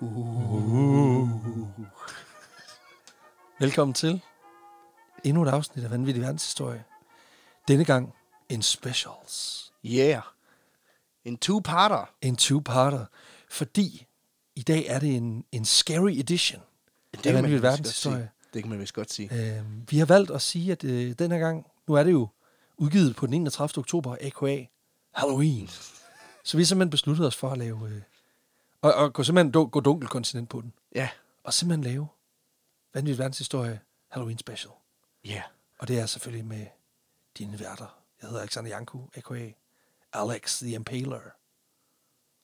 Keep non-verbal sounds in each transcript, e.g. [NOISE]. Uh. Velkommen til endnu et afsnit af Vanvittig Verdenshistorie. Denne gang en specials. Yeah. En two-parter. En two-parter. Fordi i dag er det en, en scary edition det af Vanvittig Verdenshistorie. Det kan man vist godt sige. Øh, vi har valgt at sige, at øh, den her gang, nu er det jo udgivet på den 31. oktober, a.k.a. Halloween. Så vi har simpelthen besluttet os for at lave... Øh, og, og gå simpelthen du, gå dunkelkontinent på den. Ja. Og simpelthen lave Vanvittig Verdenshistorie Halloween Special. Ja. Og det er selvfølgelig med dine værter. Jeg hedder Alexander Janku, a.k.a. Alex the Impaler.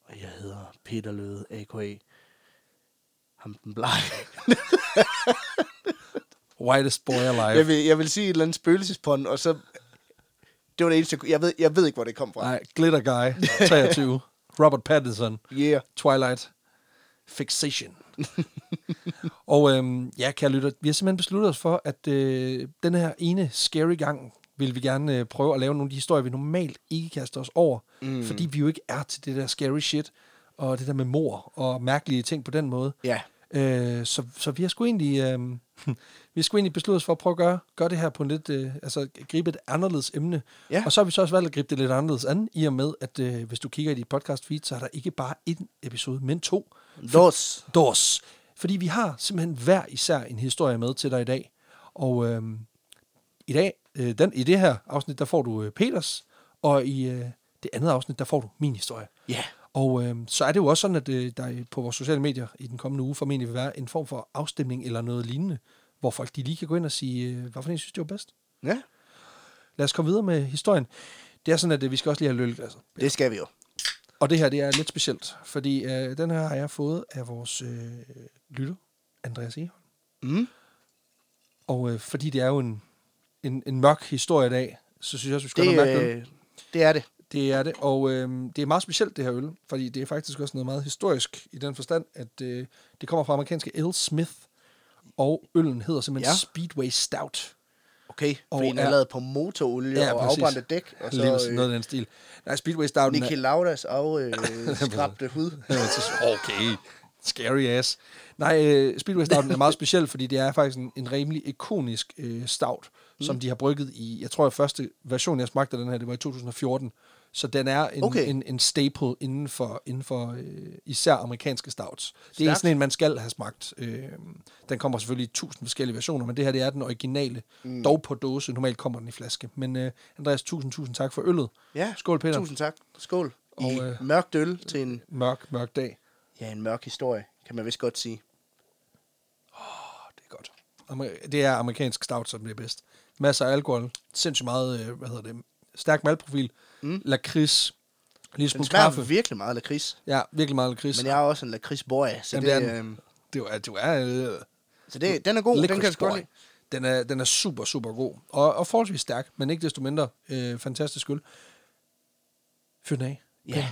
Og jeg hedder Peter Løde, a.k.a. ham den blege. Whitest boy [LAUGHS] jeg, alive. vil, jeg vil sige et eller andet spøgelsespånd, og så... Det var det eneste, jeg kunne- jeg ved, jeg ved ikke, hvor det kom fra. Nej, Glitter Guy, 23. Robert Pattinson, Yeah. Twilight Fixation. og øhm, ja, kære lytter, vi har simpelthen besluttet os for, at øh, den her ene scary gang, vil vi gerne øh, prøve at lave nogle af de historier, vi normalt ikke kaster os over, mm. fordi vi jo ikke er til det der scary shit, og det der med mor og mærkelige ting på den måde. Ja. Øh, så, så vi har sgu egentlig, øh, [LAUGHS] vi har sgu egentlig besluttet os for at prøve at gøre, gøre det her på en lidt, øh, altså gribe et anderledes emne. Ja. Og så har vi så også valgt at gribe det lidt anderledes an, i og med, at øh, hvis du kigger i dit podcast feed, så er der ikke bare én episode, men to. Dos. Dos. Fordi vi har simpelthen hver især en historie med til dig i dag. Og øh, i dag, øh, den, i det her afsnit, der får du øh, Peters, og i øh, det andet afsnit, der får du min historie. Ja. Og øh, så er det jo også sådan, at øh, der i- på vores sociale medier i den kommende uge formentlig vil være en form for afstemning eller noget lignende, hvor folk de lige kan gå ind og sige, øh, hvorfor en synes, det var bedst. Ja. Lad os komme videre med historien. Det er sådan, at øh, vi skal også lige have lølglasset. Det skal vi jo. Og det her, det er lidt specielt, fordi øh, den her har jeg fået af vores øh, lytter, Andreas E. Mm. Og øh, fordi det er jo en, en, en mørk historie i dag, så synes jeg også, vi skal Det, det, mærke noget. øh, det er det. Det er det, og øh, det er meget specielt, det her øl, fordi det er faktisk også noget meget historisk i den forstand, at øh, det kommer fra amerikanske L. Smith, og øllen hedder simpelthen ja. Ja. Speedway Stout. Okay, Og fordi den er- er lavet på motorolie Ja, ja, og præcis. afbrændte dæk. Og Lige så sådan øh, noget af den stil. Nej, Speedway Stout Niki Laudas af [LAUGHS] øh, skrabte hud. [LAUGHS] okay, scary ass. Nej, øh, Speedway Stouten er meget speciel, fordi det er faktisk en, en rimelig ikonisk øh, stout, mm. som de har brygget i, jeg tror, at første version, jeg smagte af den her, det var i 2014. Så den er en, okay. Okay. en, en staple inden for, inden for øh, især amerikanske stouts. Det er Stærkt. sådan en, man skal have smagt. Øh, den kommer selvfølgelig i tusind forskellige versioner, men det her det er den originale, mm. dog på dåse. Normalt kommer den i flaske. Men øh, Andreas, tusind, tusind tak for øllet. Ja, Skål, Peter. Tusind tak. Skål. I Og, øh, mørkt øl til en Mørk, mørk dag. Ja, en mørk historie, kan man vist godt sige. Det er godt. Amer- Det er amerikansk stout, som det er bedst. Masser af alkohol, sindssygt meget, øh, hvad hedder det, stærk malprofil, mm. lakrids, lige Den smule smager kaffe. kaffe. virkelig meget af lakrids, ja, virkelig meget lakrids. men jeg er også en lakridsboy, så, Jamen, det er det, den. øh, Det er, jo- at du er øh, så det, den er god, den kan jeg licorice sgu godt boy. lide. den er, den er super, super god. Og, og forholdsvis stærk, men ikke desto mindre øh, fantastisk øl. Fyr den af. Ja,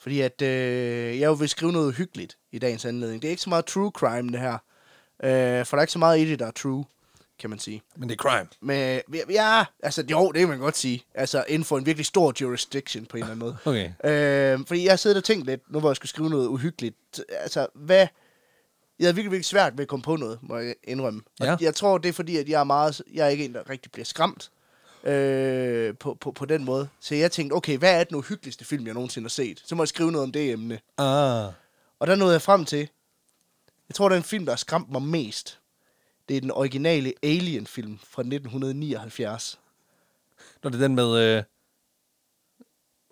fordi at, øh, jeg jo vil skrive noget hyggeligt i dagens anledning. Det er ikke så meget true crime, det her. Øh, for der er ikke så meget i det, der er true, kan man sige. Men det er crime. Men øh, ja, altså jo, det kan man godt sige. Altså inden for en virkelig stor jurisdiction på en eller anden måde. [LAUGHS] Okay. Øh, fordi jeg har siddet og tænkt lidt, nu hvor jeg skulle skrive noget uhyggeligt. Altså, hvad... Jeg havde virkelig, virkelig svært ved at komme på noget, må jeg indrømme. Og Ja. Jeg tror, det er fordi, at jeg er, meget, jeg er ikke en, der rigtig bliver skræmt øh, på, på, på den måde. Så jeg tænkte, okay, hvad er den uhyggeligste film, jeg nogensinde har set? Så må jeg skrive noget om det emne. Ah, Og der nåede jeg frem til, jeg tror, den film, der har skræmt mig mest, det er den originale Alien-film fra 1979. når det er den med... Øh,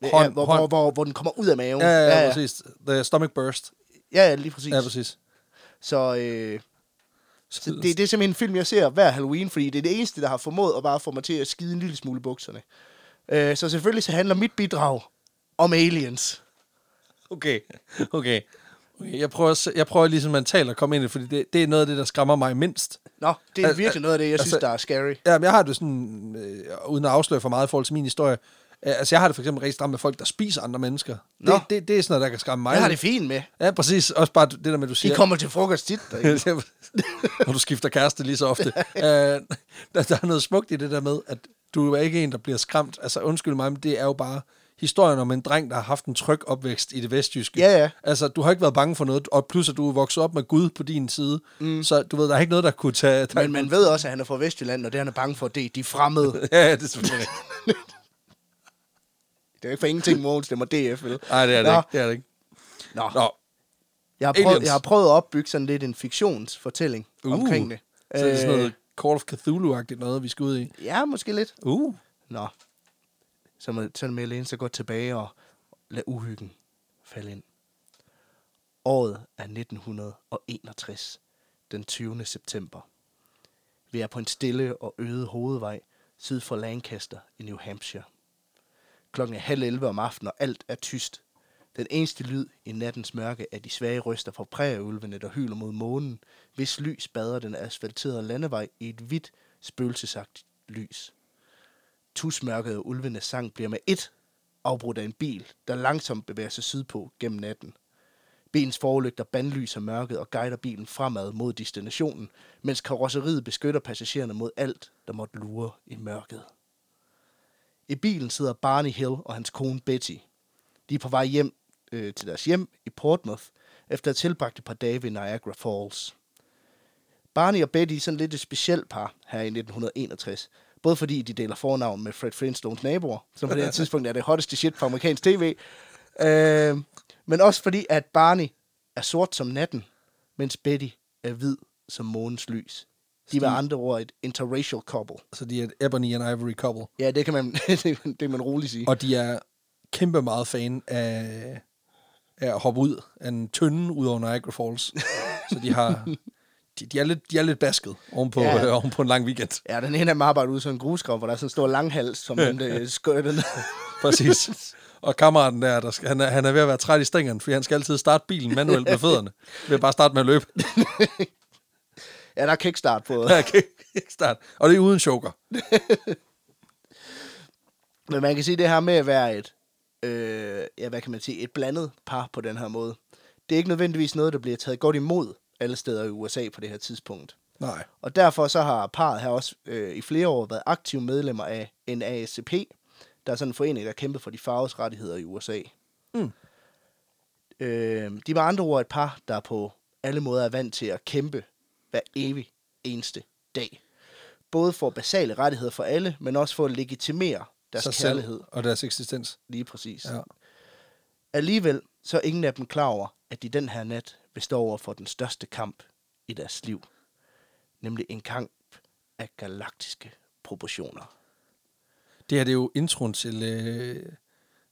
ja, hvor, hvor, hvor, hvor den kommer ud af maven. ja, ja, ja, ja, præcis. The stomach burst. ja, ja, lige præcis. Ja, præcis. Så øh, Så det, det er simpelthen en film, jeg ser hver Halloween, fordi det er det eneste, der har formået at bare få mig til at skide en lille smule i bukserne. Øh, så selvfølgelig så handler mit bidrag om aliens. Okay, okay. okay. Jeg, prøver, at se- jeg prøver ligesom mentalt at komme ind i det, fordi det, det er noget af det, der skræmmer mig mindst. Nå, det er Al- virkelig al- noget af det, jeg altså- synes, der er scary. Ja, men jeg har det sådan, øh, uden at afsløre for meget i forhold til min historie, øh, altså jeg har det for eksempel rigtig stramt med folk, der spiser andre mennesker. Nå. Det, det, det er sådan noget, der kan skræmme mig. Jeg har det fint med. Ja, præcis. Også bare det der med, at du De siger... kommer til [LAUGHS] frokost tit. [LAUGHS] derinde. Når du skifter kæreste lige så [LAUGHS] ofte. øh, der, der er noget smukt i det der med, at du er ikke en, der bliver skræmt. Altså undskyld mig, men det er jo bare historien om en dreng, der har haft en tryg opvækst i det vestjyske. Ja, ja. Altså, du har ikke været bange for noget, og plus at du er vokset op med Gud på din side. Mm. Så du ved, der er ikke noget, der kunne tage... Der Men man ved også, at han er fra Vestjylland, og det han er bange for, det er de fremmede. [LAUGHS] Ja, det er selvfølgelig. Det er jo ikke for ingenting, Mogens stemmer DF, vel? Nej, det er det Nå, ikke. Det er det ikke. Nå. Nå, Jeg, har prøvet, Aliens. jeg har prøvet at opbygge sådan lidt en fiktionsfortælling Uh. uh. omkring det. så er det sådan Øh, noget Call of Cthulhu-agtigt noget, vi skal ud i. Ja, måske lidt. Uh. Nå. Så må, så må jeg læne sig godt tilbage og lade uhyggen falde ind. Året er 1961, den 20. september. Vi er på en stille og øde hovedvej syd for Lancaster i New Hampshire. Klokken er halv 11 om aftenen, og alt er tyst. Den eneste lyd i nattens mørke er de svage ryster fra prærieulvene, der hyler mod månen, hvis lys bader den asfalterede landevej i et hvidt, spøgelsesagtigt lys. Tusmørket og ulvenes sang bliver med ét afbrudt af en bil, der langsomt bevæger sig sydpå gennem natten. Bilens forlygter bandlyser mørket og guider bilen fremad mod destinationen, mens karosseriet beskytter passagererne mod alt, der måtte lure i mørket. I bilen sidder Barney Hill og hans kone Betty. De er på vej hjem øh, til deres hjem i Portsmouth, efter at have tilbragt et par dage ved Niagara Falls. Barney og Betty er sådan lidt et specielt par her i 1961. Både fordi de deler fornavn med Fred Flintstones naboer, som [LAUGHS] på det her tidspunkt er det hotteste shit på amerikansk tv. Øh, men også fordi, at Barney er sort som natten, mens Betty er hvid som månens lys. De var andre ord et interracial couple. Så de er et Ebony and Ivory couple. Ja, det kan man, [LAUGHS] det kan- det kan man roligt sige. Og de er kæmpe meget fan af, af at hoppe ud af en tynde ud over Niagara Falls. [LAUGHS] så de har... De, de, er lidt, de er lidt basket ovenpå, Ja. ja. øh, [LAUGHS] ovenpå en lang weekend. Ja, den ene af dem arbejder ude i sådan en grusgrav, hvor der er sådan en stor langhals, som den øh, skøjter ned. Præcis. Og kammeraten der, der skal, han, er, han er ved at være træt i stængerne, fordi han skal altid starte bilen manuelt [LAUGHS] med fødderne. Ved bare starte med at løbe. Ja, der er kickstart på. Jeg kan ikke starte. Og det er uden choker. Men man kan sige det her med at være et, øh, ja, hvad kan man sige, et blandet par på den her måde. Det er ikke nødvendigvis noget, der bliver taget godt imod alle steder i USA på det her tidspunkt. Nej. Og derfor så har parret her også øh, i flere år været aktive medlemmer af NAACP, der er sådan en forening, der kæmpede for de farves rettigheder i USA. Mm. Øh, de var andre ord et par, der på alle måder er vant til at kæmpe hver evig eneste dag. Både for basale rettigheder for alle, men også for at legitimere deres Sig selv kærlighed. og deres eksistens. Lige præcis. Ja. Alligevel så er ingen af dem klar over, at de den her nat vil stå over for den største kamp i deres liv. Nemlig en kamp af galaktiske proportioner. Det her det er jo introen til øh,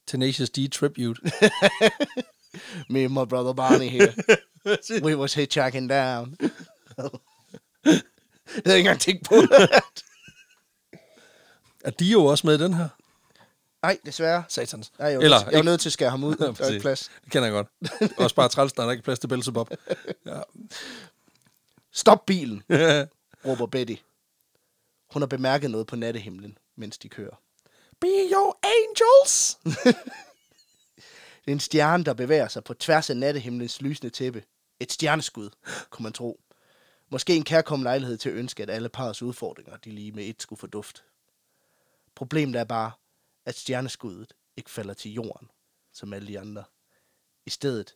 Tenacious D [LAUGHS] Tribute. Me and my brother Barney [LAUGHS] here. We was hitchhiking down. jeg havde ikke engang tænkt [LAUGHS] på det. er de jo også med i den her? Nej, desværre. Satans. Nej, jeg var, Eller, Eller, jeg var ikke- nødt til at skære ham ud. [LAUGHS] Ja, Der var ikke præcis. plads. Det kender jeg godt. Det er også bare træls, der er ikke plads til Belzebub. Ja. Stop bilen, råber Betty. Hun har bemærket noget på nattehimlen, mens de kører. [LAUGHS] Be your angels! Det er en stjerne, der bevæger sig på tværs af nattehimlens lysende tæppe. Et stjerneskud, kunne man tro. Måske en kærkommen lejlighed til at ønske, at alle parrets udfordringer, de lige med et skulle få duft. Problemet er bare, at stjerneskuddet ikke falder til jorden, som alle de andre. I stedet,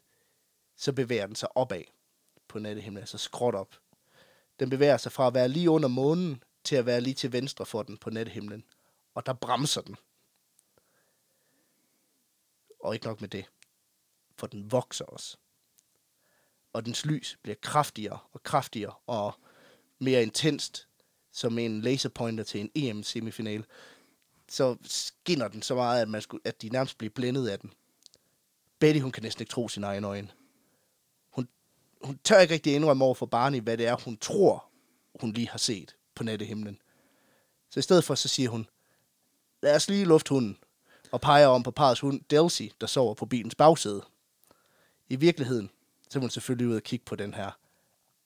så bevæger den sig opad på nattehimlen, altså skråt op. Den bevæger sig fra at være lige under månen, til at være lige til venstre for den på nattehimlen. Og der bremser den. Og ikke nok med det, for den vokser også. Og dens lys bliver kraftigere og kraftigere og mere intenst, som en laserpointer til en EM-semifinal. Så skinner den så meget, at, man skulle, at de nærmest bliver blændet af den. Betty, hun kan næsten ikke tro sine egne øjne. Hun, hun tør ikke rigtig indrømme over for Barney, hvad det er, hun tror, hun lige har set på nattehimlen. Så i stedet for, så siger hun, lad os lige lufte hunden, og peger om på parrets hund, Delcy, der sover på bilens bagsæde. I virkeligheden, så er hun selvfølgelig ud og kigge på den her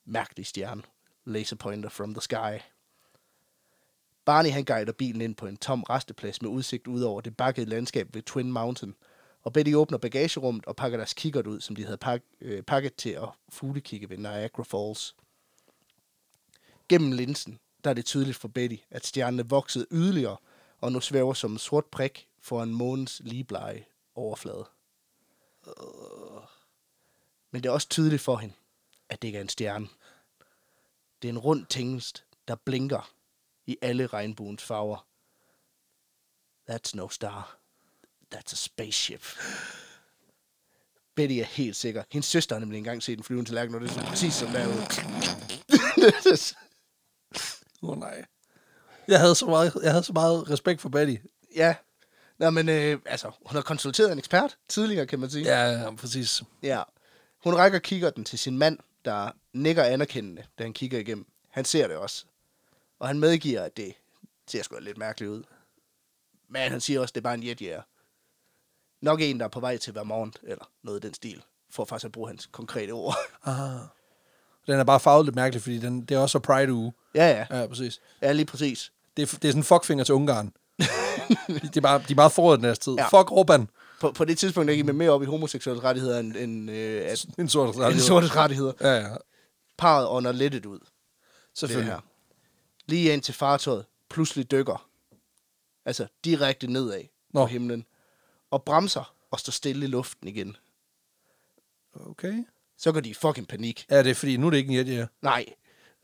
mærkelige stjerne, Laser Pointer from the Sky. Barney han guider bilen ind på en tom resteplads med udsigt ud over det bakkede landskab ved Twin Mountain, og Betty åbner bagagerummet og pakker deres kikkert ud, som de havde pak- øh, pakket til at fuglekikke ved Niagara Falls. Gennem linsen, der er det tydeligt for Betty, at stjernen er vokset yderligere og nu svæver som en sort prik for en måneds ligeblege overflade. Øh. Men det er også tydeligt for hende, at det ikke er en stjerne. Det er en rund tingest, der blinker i alle regnbuens farver. That's no star. That's a spaceship. Betty er helt sikker. Hendes søster har nemlig engang set en flyvende tallerken, og det er præcis som [LAUGHS] derude. Åh oh, nej. Jeg havde, så meget, jeg havde så meget respekt for Betty. ja. Nå, men øh, altså, hun har konsulteret en ekspert tidligere, kan man sige. Ja, ja, præcis. Ja. Hun rækker kigger den til sin mand, der nikker anerkendende, da han kigger igennem. Han ser det også. Og han medgiver, at det ser sgu lidt mærkeligt ud. Men han siger også, at det er bare en jetjæger. Nok en, der er på vej til Vermont, eller noget i den stil, for faktisk at bruge hans konkrete ord. [LAUGHS] Ah. Den er bare farvet lidt mærkeligt, fordi den, det er også så Pride-uge. ja, ja. Ja, præcis. Ja, lige præcis. [LAUGHS] Det er, det er sådan en fuckfinger til Ungarn. de, er bare, de er meget forud den her tid. Ja. Ja. Fuck Orban. På, på det tidspunkt, der gik man mere op i homoseksuelle rettigheder, end, end, øh, at, En sort end sortes rettigheder. Ja, ja. Parret ånder lettet ud. det Selvfølgelig. her. Lige ind til fartøjet pludselig dykker. Altså direkte nedad Nå. Nå. på himlen. Og bremser og står stille i luften igen. Okay. Så går de i fucking panik. Ja, det er fordi, nu er det ikke en jetjæger. Nej,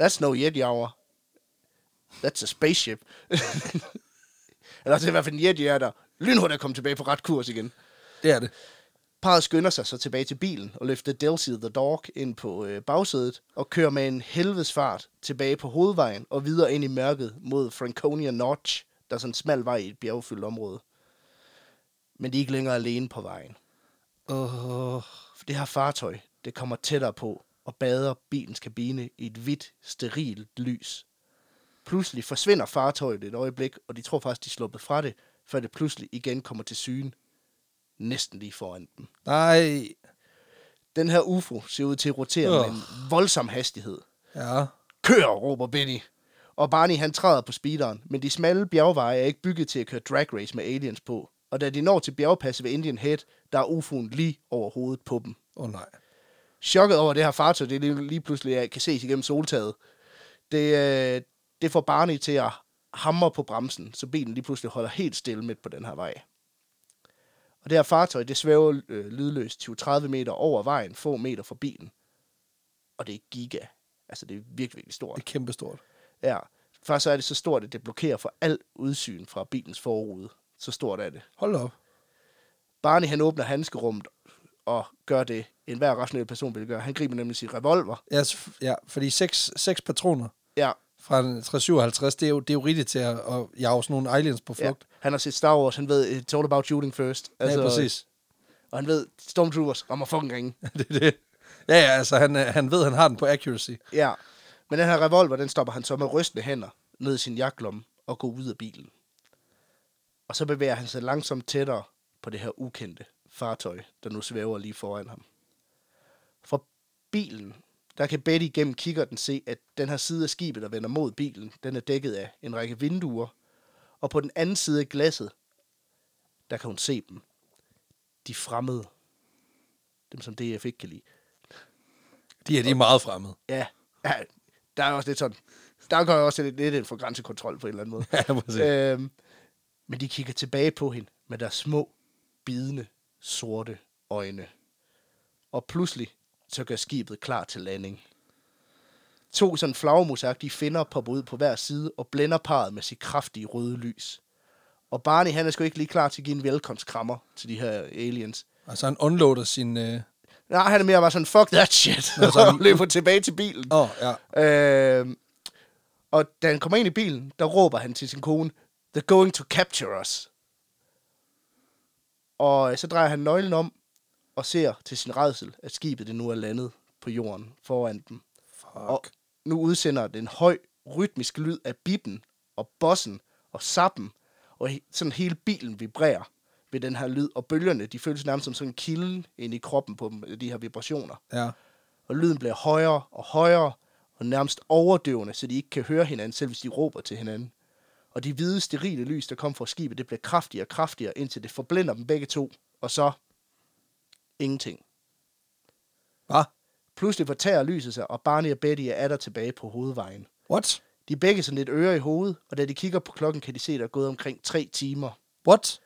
that's no yeti hour. That's a spaceship. [LAUGHS] Eller det er i hvert fald en yeti der lynhurtigt er kommet tilbage på ret kurs igen. Det er det. Parret skynder sig så tilbage til bilen og løfter Delcy the Dog ind på øh, bagsædet og kører med en helvedes fart tilbage på hovedvejen og videre ind i mørket mod Franconia Notch, der er sådan en smal vej i et bjergfyldt område. Men de er ikke længere alene på vejen, Uh, for det her fartøj, det kommer tættere på og bader bilens kabine i et hvidt, sterilt lys. Pludselig forsvinder fartøjet et øjeblik, og de tror faktisk, de er sluppet fra det, før det pludselig igen kommer til syne, næsten lige foran dem. nej. Den her UFO ser ud til at rotere Åh. med en voldsom hastighed. Ja. Kør, råber Benny. Og Barney han træder på speederen, men de smalle bjergveje er ikke bygget til at køre drag race med aliens på. Og da de når til bjergpasset ved Indian Head, der er UFO'en lige over hovedet på dem. Åh oh, nej. Chokket over det her fartøj, det lige, lige pludselig ja, kan ses igennem soltaget. Det, øh, det får Barney til at hamre på bremsen, så bilen lige pludselig holder helt stille midt på den her vej. Og det her fartøj, det svæver øh, lydløst 20-30 meter over vejen, få meter fra bilen. Og det er giga. Altså, det er virkelig, virkelig stort. Det er kæmpestort. Ja. Faktisk så er det så stort, at det blokerer for alt udsyn fra bilens forrude. Så stort er det. Hold da op. Barney, han åbner handskerummet og gør det, enhver rationel person vil gøre. Han griber nemlig sin revolver. Ja, s- ja fordi seks, seks patroner Ja, fra en 357, det er jo, det er jo rigtigt til at, at jage sådan nogle aliens på ja. flugt. Han har set Star Wars, han ved, it's all about shooting first. Ja, altså, ja præcis. [LAUGHS] Og han ved, Stormtroopers rammer fucking ringen. det er det. Ja, ja, altså han, er- han ved, han har den på accuracy. Ja. Men den her revolver, den stopper han så med rystende hænder ned i sin jaklomme og går ud af bilen. Og så bevæger han sig langsomt tættere på det her ukendte fartøj, der nu svæver lige foran ham. Fra bilen, der kan Betty gennem kikkerten se, at den her side af skibet, der vender mod bilen, den er dækket af en række vinduer. Og på den anden side af glasset, der kan hun se dem. De fremmede. Dem, som DF ikke kan lide. De er, de er meget fremmede. Ja, ja der er også lidt sådan, der går jo også lidt, lidt ind for grænsekontrol på en eller anden måde. [LAUGHS] Ja, præcis. øhm, men de kigger tilbage på hende med deres små, bidende, sorte øjne. Og pludselig, så gør skibet klar til landing. To sådan flagmusagtige finder popper ud på hver side og blænder parret med sit kraftige røde lys. Og Barney, han er sgu ikke lige klar til at give en velkomstkrammer til de her aliens. Altså han unloader sin... Øh... Nej, han er mere bare sådan, fuck that shit, Nå, så- [LAUGHS] og løber tilbage til bilen. Oh, ja. Øh, og da han kommer ind i bilen, der råber han til sin kone, They're going to capture us. Og øh, så drejer han nøglen om og ser til sin redsel, at skibet det nu er landet på jorden foran dem. Og Fuck. nu udsender den høj, rytmisk lyd af bippen og bossen og sappen, og he- sådan hele bilen vibrerer ved den her lyd, og bølgerne, de føles nærmest som sådan en kilde ind i kroppen på dem, de her vibrationer Ja. og lyden bliver højere og højere, og nærmest overdøvende, så de ikke kan høre hinanden, selv hvis de råber til hinanden. Og de hvide, sterile lys, der kom fra skibet, det bliver kraftigere og kraftigere, indtil det forblænder dem begge to, og så ingenting. Hvad? Pludselig fortager lyset sig, og Barney og Betty er atter tilbage på hovedvejen. What? De er begge sådan lidt øre i hovedet, og da de kigger på klokken, kan de se, der er gået omkring tre timer. What?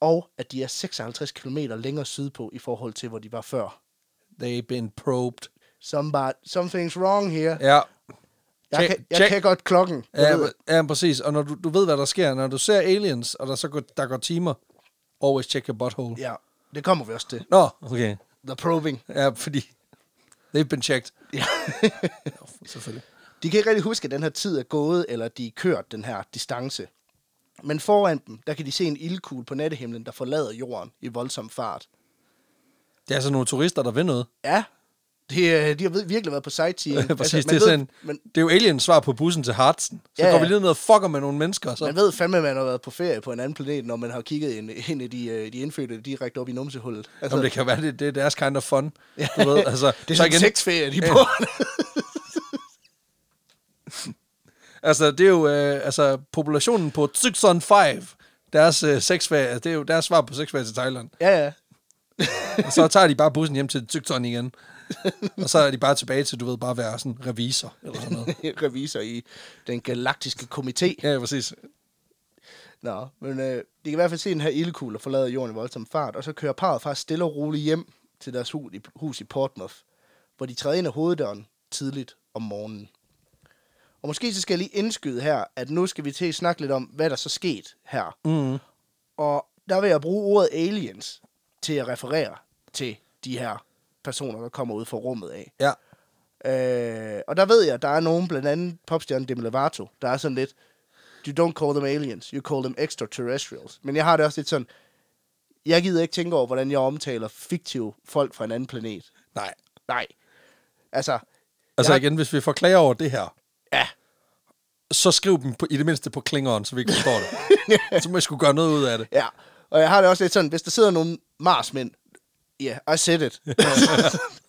og at de er 56 km længere sydpå i forhold til, hvor de var før. They've been probed. Somebody, something's wrong here. Ja, Jeg, check- kan, jeg check. kan godt klokken. Jeg ja, ved- men- ja, præcis. Og når du, du ved, hvad der sker, når du ser aliens, og der så går, der går timer, always check your butthole. ja, det kommer vi også til. Nå, okay. The probing. [LAUGHS] Ja, fordi [LAUGHS] they've been checked. Ja. Nå, Selvfølgelig. De kan ikke rigtig huske, at den her tid er gået, eller at de er kørt den her distance. Men foran dem, der kan de se en ildkugle på nattehimlen, der forlader jorden i voldsom fart. Det er altså nogle turister, der vil [LAUGHS] noget. Ja, de, øh, de har vir- virkelig været på [LAUGHS] sightseeing. Præcis, altså, man det, er ved- sådan, man, det er jo aliens svar på bussen til Hartsen. Så Ja, ja, går ja. vi lige ned og fucker med nogle mennesker. og Så. man ved fandme, at man har været på ferie på en anden planet, når man har kigget ind, ind i de, øh, de indfødte direkte op i numsehullet. Altså, Jamen, det kan være, det, det er deres kind of [LAUGHS] fun. Du ved, altså, det så er sådan en igen, sexferie, de Ja. ja. på. altså, det er jo øh, altså, populationen på Tsyxon 5. Deres øh, sexferie, det er jo deres svar på sexferie til Thailand. [LAUGHS] ja, ja. Og så tager de bare bussen hjem til Tsyxon [LAUGHS] igen. Og så er de bare tilbage til, du ved, bare at være sådan revisor eller sådan [LAUGHS] noget. Revisor i den galaktiske komité. Ja, præcis. Nå, men øh, de kan i hvert fald se den her ildkugle og forlade jorden i voldsom fart, og så kører parret faktisk stille og roligt hjem til deres hus i, hus i Portsmouth, hvor de træder ind ad hoveddøren tidligt om morgenen. Og måske så skal jeg lige indskyde her, at nu skal vi til at snakke lidt om, hvad der så skete her. Mm. Og der vil jeg bruge ordet aliens til at referere til de her personer, der kommer ud fra rummet af. Ja. Øh, og der ved jeg, at der er nogen, blandt andet popstjernen Demi Lovato, der er sådan lidt, you don't call them aliens, you call them extraterrestrials. Men jeg har det også lidt sådan, jeg gider ikke tænke over, hvordan jeg omtaler fiktive folk fra en anden planet. Nej. Nej. Altså, Altså Jeg har- igen, hvis vi får klager over det her, ja, så skriv dem på, i det mindste på klingeren, så vi ikke forstår [LAUGHS] det. så må jeg skulle gøre noget ud af det. ja. Og jeg har det også lidt sådan, hvis der sidder nogle marsmænd, ja, yeah, I said it.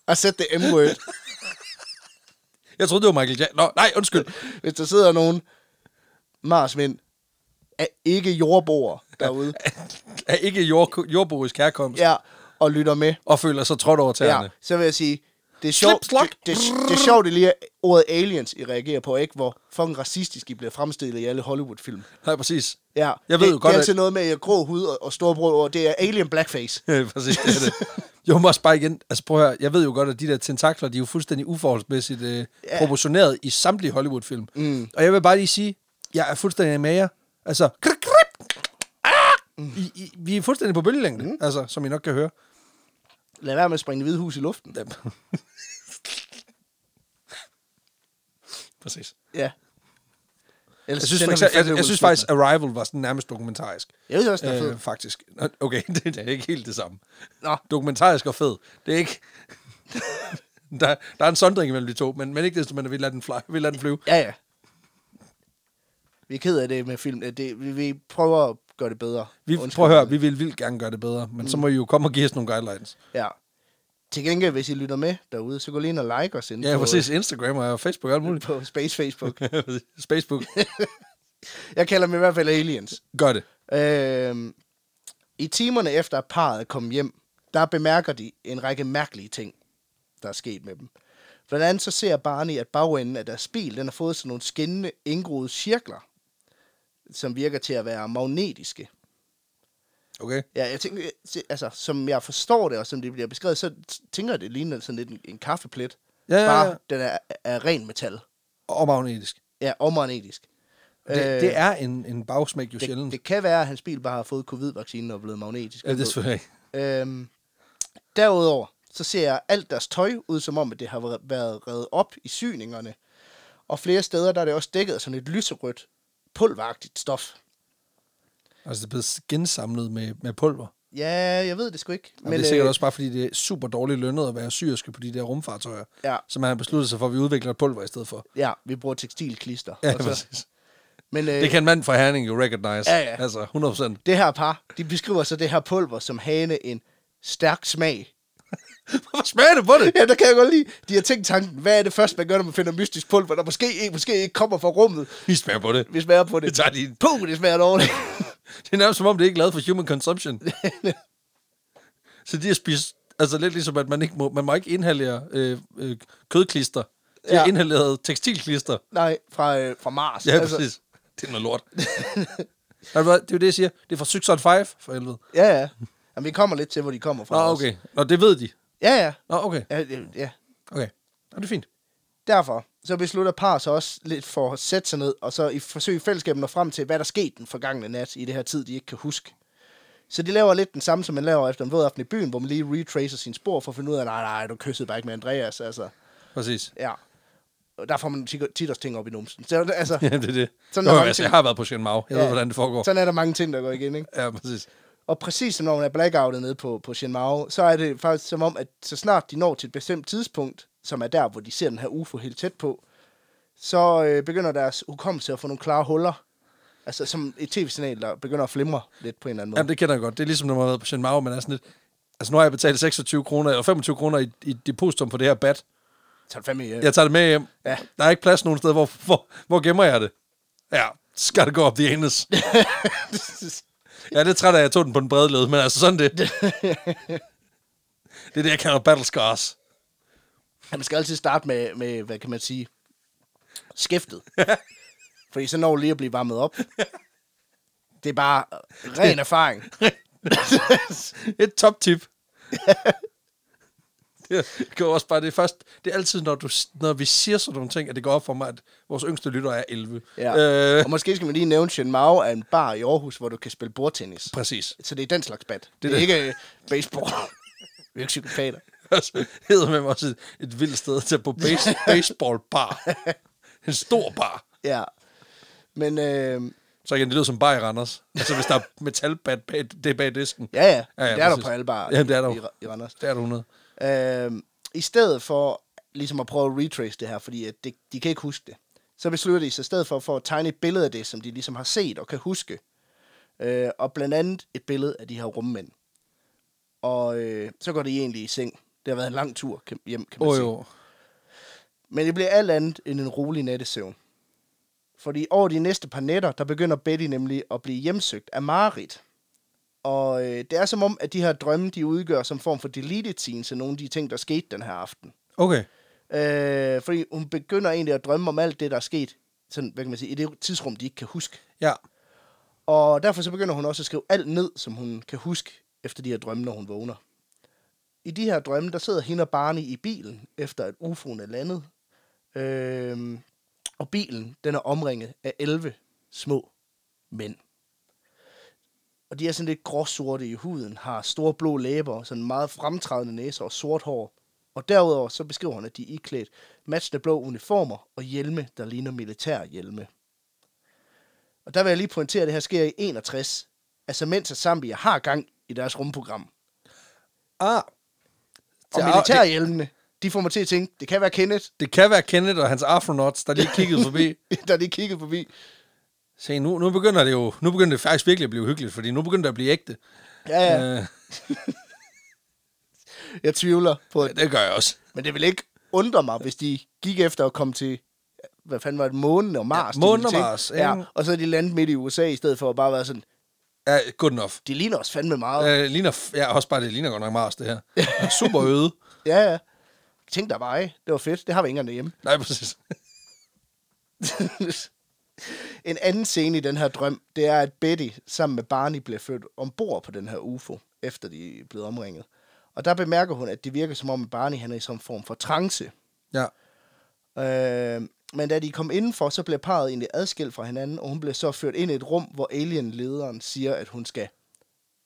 I said the M-word. Jeg troede, det var Michael Jackson. Nå, nej, undskyld. Hvis der sidder nogle marsmænd, er ikke jordboere derude, Er ikke jord, jordborisk herkomst ja. ja, og lytter med, og føler sig trådt over tæerne. Ja, så vil jeg sige, det er sjovt, slok. det, det, det, er sjovt, det lige er ordet aliens, I reagerer på, ikke? Hvor fucking racistisk I bliver fremstillet i alle Hollywood-film. Nej, præcis. Ja, Jeg ved det, jo godt, det er at- altid noget med at grå hud og, og store brød, og det er alien [LAUGHS] blackface. Ja, præcis, det er det. Jo, men også bare igen, altså prøv at høre, jeg ved jo godt, at de der tentakler, de er jo fuldstændig uforholdsmæssigt øh, Ja. proportioneret i samtlige Hollywood-film. Mm. Og jeg vil bare lige sige, jeg er fuldstændig med jer. Altså, krip, krip, ah! Mm. I, I, vi er fuldstændig på bølgelængde, mm. altså, som I nok kan høre. Lad være med at springe det hvide hus i luften. Ja. præcis. Ja. Ellers Jeg synes, sender for vi eksempel, fandme jeg, jeg Will synes Smith, faktisk, mand. Arrival var sådan nærmest dokumentarisk. Jeg synes også, den er fed. Øh, faktisk. Nå, Okay, [LAUGHS] det, det er ikke helt det samme. Nå. Dokumentarisk og fed. Det er ikke... [LAUGHS] der, der er en sondring imellem de to, men, men ikke desto mindre, vi lader den, fly, vi lader den flyve. Ja, ja. Vi er ked af det med film. at Det, vi, vi prøver at gøre det bedre. Vi, Undskyld. prøv at høre, vi vil vildt gerne gøre det bedre, men mm. så må I jo komme og give os nogle guidelines. Ja. Til gengæld, hvis I lytter med derude, så gå lige ind og like os inde Ja, på, præcis. Instagram og Facebook og alt [LAUGHS] muligt. på Space Facebook. Facebook. Jeg kalder dem i hvert fald aliens. Gør det. Øhm, I timerne efter at parret er kommet hjem, der bemærker de en række mærkelige ting, der er sket med dem. Blandt andet så ser Barney, at bagenden af deres bil, den har fået sådan nogle skinnende indgroede cirkler, som virker til at være magnetiske. Okay? Ja, jeg tænker, se, altså, som jeg forstår det, og som det bliver beskrevet, så t- tænker jeg, det ligner sådan lidt en, en kaffeplet. Ja, ja, ja. Bare, den er, er ren metal. Og magnetisk. Ja, og magnetisk. Øh, Det, det er en, en bagsmæk jo det, sjældent. Det, det kan være, at hans bil bare har fået covid-vaccinen og er blevet magnetisk. ja, det er selvfølgelig ikke. Øhm, derudover, så ser jeg alt deres tøj ud som om, at det har været- været reddet op i syningerne. Og flere steder, der er det også dækket af sådan et lyserødt, pulveragtigt stof. Altså, det er blevet gensamlet med, med pulver. Ja, jeg ved det sgu ikke. øh, Men, det er sikkert også bare, fordi det er super dårligt lønnet at være syriske på de der rumfartøjer. Ja. Så man har besluttet sig for, at vi udvikler et pulver i stedet for. Ja, vi bruger tekstilklister. Ja, og så, præcis. men øh, Det det, kan en mand fra Herning jo recognize. Ja, ja. Altså, 100 procent. [LAUGHS] det her par, de beskriver så det her pulver som hane en stærk smag. [LAUGHS] Hvorfor smager det på det? Ja, der kan jeg godt lide. De har tænkt tanken, hvad er det første, man gør, når man finder mystisk pulver, der måske, ikke- måske ikke kommer fra rummet, Vi smager på det. vi smager på det. Det tager lige- Puh, det smager dårligt. Det er nærmest som om, det ikke er lavet for human [LAUGHS] consumption. Så de har spist... Altså lidt ligesom, at man ikke må, man må ikke inhalere øh, øh, kødklister. De ja. har Ja. inhaleret tekstilklister. Nej, fra, øh, fra [LAUGHS] Mars. Ja, altså. præcis. Det er noget lort. Ved Altså- du hvad, Det er jo det, jeg siger. Det er fra Six on Five, for helvede. Ja, ja. Jamen, vi kommer lidt til, hvor de kommer fra. Nå, også. okay. Nå, det ved de. Ja, ja. Nå, okay. ja, det- ja. Okay. Nå, det er fint. Derfor så beslutter par så også lidt for at sætte sig ned, og så i forsøg i fællesskab nå frem til, hvad der skete den forgangne nat i det her tid, de ikke kan huske. Så de laver lidt den samme, som man laver efter en våd aften i byen, hvor man lige retracer sine spor for at finde ud af, nej, nej, du kyssede bare ikke med Andreas, altså. Præcis. [LAUGHS] Ja. Og der får man tit tit også ting op i numsen. Så, [LAUGHS] altså, Ja, det er det. Sådan Sådan jo, er jo, mange altså, ting. jeg har været på Shen Mao. Jeg ja. ved, Ja. hvordan det foregår. sådan er der mange ting, der går igen, ikke? Ja, præcis. Og præcis som når man er blackoutet nede på, på Shin Mao, så er det faktisk som om, at så snart de når til et bestemt tidspunkt, som er der, hvor de ser den her UFO helt tæt på, så øh, begynder deres hukommelse at få nogle klare huller. Altså som et tv-signal, der begynder at flimre lidt på en eller anden måde. Jamen, det kender jeg godt. Det er ligesom, når man har været på Shen Mao, man er sådan lidt... Altså, nu har jeg betalt 26 kroner, eller 25 kroner i, i depositum for det her bat. Så er det fandme, øh, Jeg tager det med hjem. Ja. Der er ikke plads nogen steder. Hvor, hvor, hvor gemmer jeg det? Ja, skal det gå op the [LAUGHS] anus. Jeg er lidt træt af, at jeg tog den på den brede led, men altså sådan [LAUGHS] det. det er det, jeg kalder battle scars. at man skal altid starte med, med, hvad kan man sige, skæftet. Fordi så når du lige at blive varmet op. Det er bare ren erfaring. Et top [LAUGHS] tip. det går også bare, det er først, det er altid, når, du, når vi siger sådan nogle ting, at det går op for mig, at vores yngste lytter er 11. Ja. Øh, Og måske skal man lige nævne, Shin Mao er en bar i Aarhus, hvor du kan spille bordtennis. præcis. Så det er den slags bat. Det, Det det er er ikke øh, [LAUGHS] baseball. Vi er ikke psykopater. Altså, hedder med også et, et vildt sted til at på [LAUGHS] base, baseballbar. en stor bar. Ja. Men øh, Så igen, det lyder som bar i Randers. Altså, hvis der er metalbat bag, det er bag disken. ja, ja, Ja, ja, ja, ja det er der præcis. på alle bar Jamen, det er der jo. i, Ra- i Randers. Det er du 100. Øh, I stedet for ligesom at prøve at retrace det her, fordi at det, de kan ikke huske det, så beslutter de sig i stedet for, for at tegne et billede af det, som de ligesom har set og kan huske. Øh, og blandt andet et billede af de her rummænd. Og øh, så går de egentlig i seng. Det har været en lang tur kan- hjem, kan man Åh sige. jo. Men det bliver alt andet end en rolig nattesøvn. Fordi over de næste par nætter, der begynder Betty nemlig at blive hjemsøgt af Marit. Og øh, det er som om, at de her drømme, de udgør som form for deleted scenes af nogle af de ting, der skete den her aften. Okay. Øh, fordi hun begynder egentlig at drømme om alt det, der er sket sådan, hvad kan man sige, i det tidsrum, de ikke kan huske. Ja. Og derfor så begynder hun også at skrive alt ned, som hun kan huske efter de her drømme, når hun vågner. I de her drømme, der sidder hende og Barney i bilen, efter at UFO'en er landet. Øhm, og bilen, den er omringet af 11 små mænd. Og de er sådan lidt gråsorte i huden, har store blå læber, sådan meget fremtrædende næser og sort hår. Og derudover så beskriver hun, at de er iklædt matchende blå uniformer og hjelme, der ligner militærhjelme. Og der vil jeg lige pointere, at det her sker i 61. Altså mens at Zambia har gang i deres rumprogram. Ah. Og Det er- militærhjelmene, de får mig til at tænke, det kan være Kenneth, [LAUGHS] Det kan være Kenneth og hans afronauts, der lige kiggede forbi. der lige kiggede forbi. Se, nu, nu begynder det jo, nu begynder det faktisk virkelig at blive hyggeligt, fordi nu begynder det at blive ægte. Ja, ja, Øh, jeg tvivler på det. det gør jeg også. Men det vil ikke undre mig, hvis de gik efter at komme til, hvad fanden var det, månen og Mars. de månen ville og til. Mars, ja. Ja, og så er de landet midt i USA, i stedet for at bare være sådan, Ja, good enough. de ligner os fandme meget. Øh, ligner, f- ja, også bare, det ligner godt nok Mars, [LAUGHS] det her. Super øde. Ja, ja. Tænk dig bare, ikke? det var fedt, det har vi ikke engang derhjemme. Nej, præcis. [LAUGHS] en anden scene i den her drøm, det er, at Betty sammen med Barney bliver født ombord på den her UFO, efter de er blevet omringet. Og der bemærker hun, at det virker som om, at Barney han er i sådan en form for trance. Ja. Øh, men da de kom indenfor, så bliver parret egentlig adskilt fra hinanden, og hun bliver så ført ind i et rum, hvor alien-lederen siger, at hun skal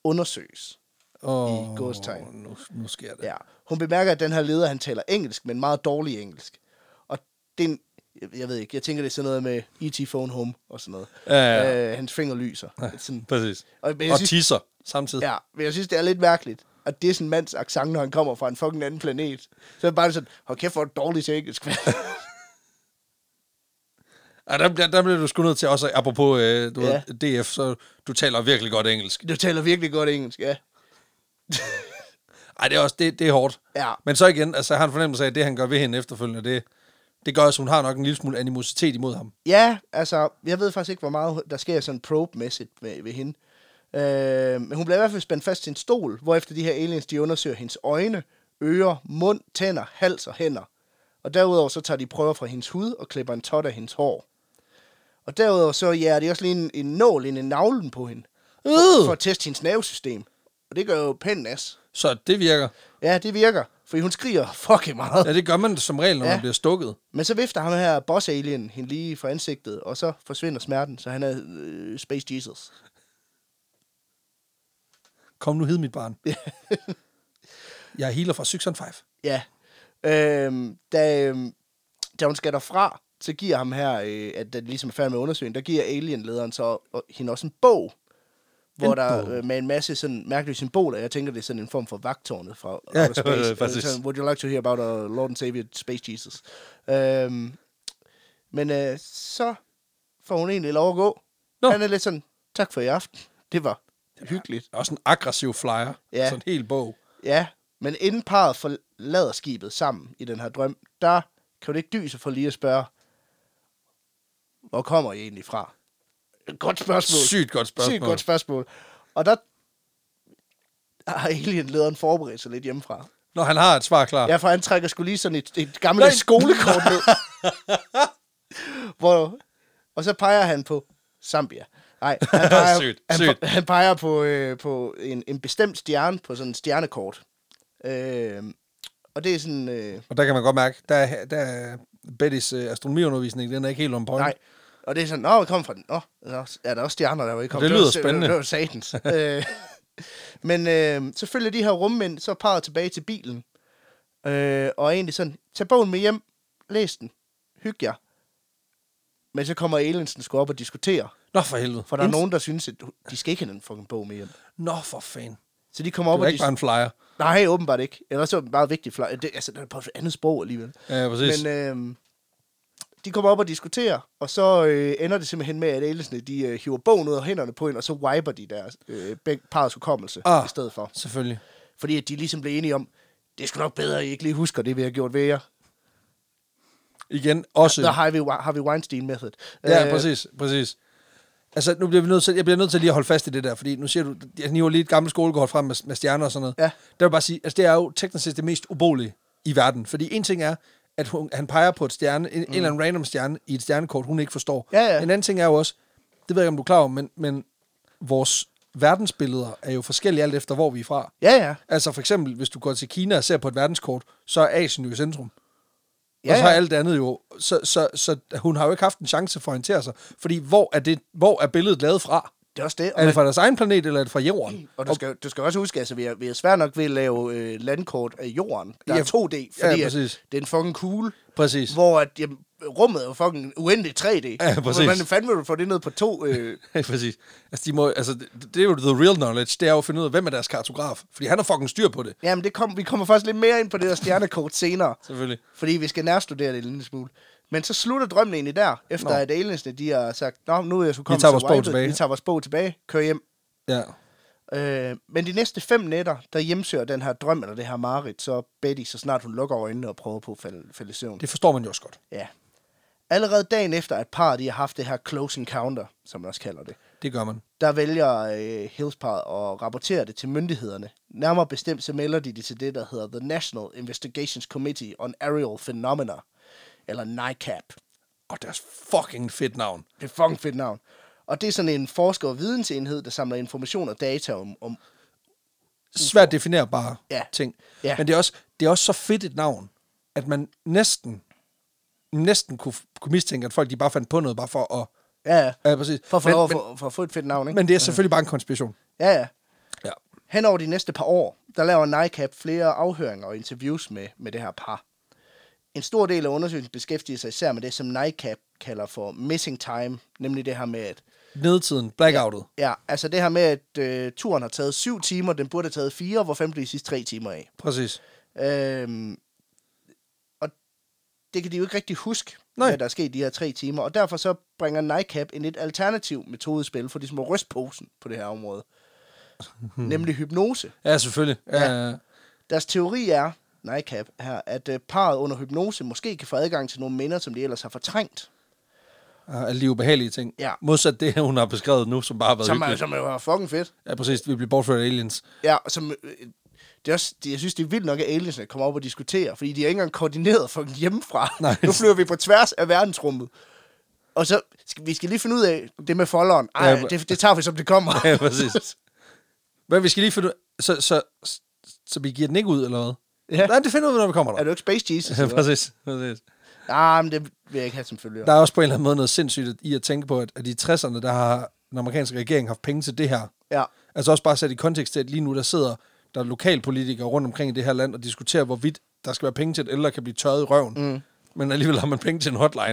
undersøges. Åh, gåsetegn. Nu, nu sker det. Ja. Hun bemærker, at den her leder, han taler engelsk, men meget dårlig engelsk. Og det er en, jeg- jeg ved ikke, jeg tænker, det er sådan noget med E.T. Phone Home og sådan noget. Ja, ja, Øh, hans fingre lyser. Ja. Sådan, Præcis. Og- Og, men jeg og synes- tisser samtidig. Ja, men jeg synes, det er lidt mærkeligt, at det er sådan en mands accent, når han kommer fra en fucking anden planet. Så er det bare sådan, hold kæft, hvor er det dårligt til engelsk. [LAUGHS] mand." Ja, der, bliver, der bliver du sgu nødt til også, apropos øh, du Ja. ved, DF, så du taler virkelig godt engelsk. du taler virkelig godt engelsk, ja. Ej, det er også, det, det er hårdt. Ja. Men så igen, altså, jeg har en fornemmelse af, at det, han gør ved hende efterfølgende, det, det gør også, hun har nok en lille smule animositet imod ham. Ja, altså, jeg ved faktisk ikke, hvor meget der sker sådan probe-mæssigt ved, ved hende. Øh, men hun bliver i hvert fald spændt fast til en stol, hvorefter de her aliens, de undersøger hendes øjne, ører, mund, tænder, hals og hænder. Og derudover så tager de prøver fra hendes hud og klipper en tot af hendes hår. Og derudover så ja, det er også lige en, en nål ind i navlen på hende, for Øh, at teste hendes nervesystem. Og det gør jo pænt nas. så det virker. Ja, det virker, for hun skriger fucking meget. Ja, det gør man som regel, når ja. Ja. man bliver stukket. Men så vifter ham her boss-alien hende lige for ansigtet, og så forsvinder smerten, så han er øh, Space Jesus. Kom nu, hed mit barn. jeg er healer fra 605. Ja. Øhm, da, øhm, da hun skal derfra, så giver ham her, øh, at den ligesom er færdig med undersøgen, der giver alien-lederen så og, hende også en bog, hvor En der bog. øh, med en masse sådan mærkelige symboler, jeg tænker, det er sådan en form for vagtårnet fra [LAUGHS] Ja, Outer Space. det er Øh, faktisk- sådan, Would you like to hear about our Lord and Savior Space Jesus? Øhm, men øh, så får hun egentlig lov at gå. Nå. No. Han er lidt sådan, tak for i aften. Det var hyggeligt. Det er også en aggressiv flyer. Ja. Sådan en hel bog. Ja, men inden parret forlader skibet sammen i den her drøm, der kan du ikke dyse for lige at spørge, hvor kommer I egentlig fra? Godt spørgsmål. Sygt godt spørgsmål. Sygt godt spørgsmål. Og der har alien-lederen forberedt sig lidt hjemmefra. Når han har et svar klar. Ja, for han trækker sgu lige sådan et, et gammelt Nej. [LAUGHS] skolekort ned. hvor, og så peger han på Zambia. [LAUGHS] Nej, han peger, Sygt, han, sygt. pe- han peger på, øh, på en, en bestemt stjerne på sådan en stjernekort. Øh, og det er sådan... Øh, Og der kan man godt mærke, der er, der er Bettys øh, astronomiundervisning, den er ikke helt on point. nej, og det er sådan, nå, vi kom fra den. Nå, nå, er der også stjerner, der var Det ikke kommet. lyder var- spændende. Det var [LAUGHS] satans. øh, men øh, så følger de her rummænd, så er parret tilbage til bilen. Øh, og er egentlig sådan, tag bogen med hjem, læs den, hyg jer. Men så kommer Elensen sgu op og diskutere, Nå for helvede. for der er Ind- nogen, der synes, at de skal ikke have den fucking bog med hjem. Nå for fanden. Så de kommer op Det er og ikke bare de... en flyer. Nej, åbenbart ikke. Ellers var det meget vigtigt. For... Det, altså, det er på et andet sprog alligevel. Ja, præcis. Men Men, øh, de kommer op og diskuterer, og så øh, ender det simpelthen med, at Alesne, de øh, hiver bogen ud af hænderne på hende, og så wiper de deres øh, begge parrets hukommelse Ah. ah. i stedet for. Selvfølgelig. Fordi at de ligesom blev enige om, det er sgu nok bedre, at I ikke lige husker det, vi har gjort ved jer. Igen, også... The Harvey, Harvey Weinstein method. Øh, Ja, præcis, præcis. Altså, nu bliver vi nødt til, jeg bliver nødt til lige at holde fast i det der, fordi nu siger du, jeg hiver lige et gammelt skolekort frem med, med stjerner og sådan noget. Ja. Der vil jeg bare sige, altså det er jo teknisk set det mest ubolige i verden, fordi en ting er, at hun, han peger på et stjerne, en, mm. en eller anden random stjerne i et stjernekort, hun ikke forstår. Ja, ja. En anden ting er jo også, det ved jeg ikke, om du er klar over, men, men vores verdensbilleder er jo forskellige alt efter, hvor vi er fra. Øh, Ja, ja. Altså for eksempel, hvis du går til Kina og ser på et verdenskort, så er Asien jo i centrum. Ja, Ja, og så er ja. alt det andet jo... Så, så, så hun har jo ikke haft en chance for at orientere sig. Fordi hvor er, det, hvor er billedet lavet fra? Det er også det. Og, Er det man, fra deres egen planet, eller er det fra jorden? og du, skal, du skal også huske, altså, vi er, vi er svært nok ved at lave øh, landkort af jorden. Der Ja, er 2D, fordi ja, ja, at, præcis. det er en fucking kugle. Præcis. Hvor at, jamen, rummet er jo fucking uendeligt 3D. Ja, præcis. Hvordan fanden vil du få det ned på to øh, Ja, [LAUGHS] præcis. Altså, de må, altså, det, det er jo the real knowledge. Det er jo at finde ud af, hvem er deres kartograf. Fordi han har fucking styr på det. Jamen, det kom, vi kommer faktisk lidt mere ind på det der [LAUGHS] stjernekort senere, Selvfølgelig. fordi vi skal nærstudere det en lille smule. Men så slutter drømmen egentlig der, efter Nå. Nå. at aliensene, de har sagt, Nå, nu er jeg så kommet tager til vores bog Wiped. tilbage." Vi tager vores bog tilbage, kør hjem. Ja. Øh, men de næste fem nætter, der hjemsøger den her drøm, eller det her mareridt, så Betty, så snart hun lukker øjnene og prøver på at falde, falde i søvn. Det forstår man jo også godt. Ja. Allerede dagen efter, at parret de har haft det her close encounter, som man også kalder det, Det gør man. der vælger øh, Hillsparet at rapportere det til myndighederne. Nærmere bestemt så melder de det til det, der hedder The National Investigations Committee on Aerial Phenomena, eller NICAP. Og deres fucking fedt navn. Det er fucking fedt navn. Og det er sådan en forsker- og vidensenhed, der samler information og data om... om svært definerbare ja. Ja. ting. Ja. Ja. Men det er, også, det er også så fedt et navn, at man næsten næsten kunne, kunne mistænke, at folk de bare fandt på noget, bare for at... ja, ja. Ja, præcis. For at få men, lov at men, få- for at få et fedt navn, ikke? men det er selvfølgelig bare en konspiration. ja, ja. Ja. Hen over de næste par år, der laver NICAP flere afhøringer og interviews med, med det her par. En stor del af undersøgelsen beskæftiger sig især med det, som NICAP kalder for missing time, nemlig det her med, at Nedtiden, blackoutet. Ja, altså det her med, at øh, turen har taget syv timer, den burde have taget fire, hvor fem blev de sidste tre timer af. Præcis. Øhm, og det kan de jo ikke rigtig huske, Nej. Nej. hvad der er sket i de her tre timer, og derfor så bringer NICAP en lidt alternativ metode i spil for ligesom at ryste posen på det her område. Nemlig hypnose. Ja, selvfølgelig. Ja. Øh, Deres teori er, NICAP her, at øh, parret under hypnose måske kan få adgang til nogle minder, som de ellers har fortrængt. alle de ubehagelige ting. Ja. Modsat det, hun har beskrevet nu, som bare har været Som, er, hyggeligt. som jo er fucking fedt. Ja, præcis. Vi bliver bortført af aliens. Ja, og som... øh, Det er også, det, jeg synes, det er vildt nok, at aliensene kommer op og diskuterer, fordi de er ikke engang koordineret fucking [LAUGHS] hjemmefra. Nej. Nu flyver vi på tværs af verdensrummet. Og så, skal, vi skal lige finde ud af det med folderen. Ej, Ja, men- det, det tager vi, som det kommer. [LAUGHS] Ja, præcis. Men vi skal lige finde ud så, så, så, så vi giver den ikke ud, eller hvad? Ja. Nej, det finder vi, når vi kommer der. [LAUGHS] er du ikke Space Jesus? Ja, eller hvad? præcis, præcis. Nej, men det vil jeg ikke have som følger. Der er også på en eller anden måde noget sindssygt i at tænke på, at, at i 60'erne, der har den amerikanske regering haft penge til det her. Ja. Altså også bare sat i kontekst til, at lige nu der sidder der er lokalpolitikere rundt omkring i det her land og diskuterer, hvorvidt der skal være penge til, at ældre kan blive tørret i røven. Mm. Men alligevel har man penge til en hotline ja,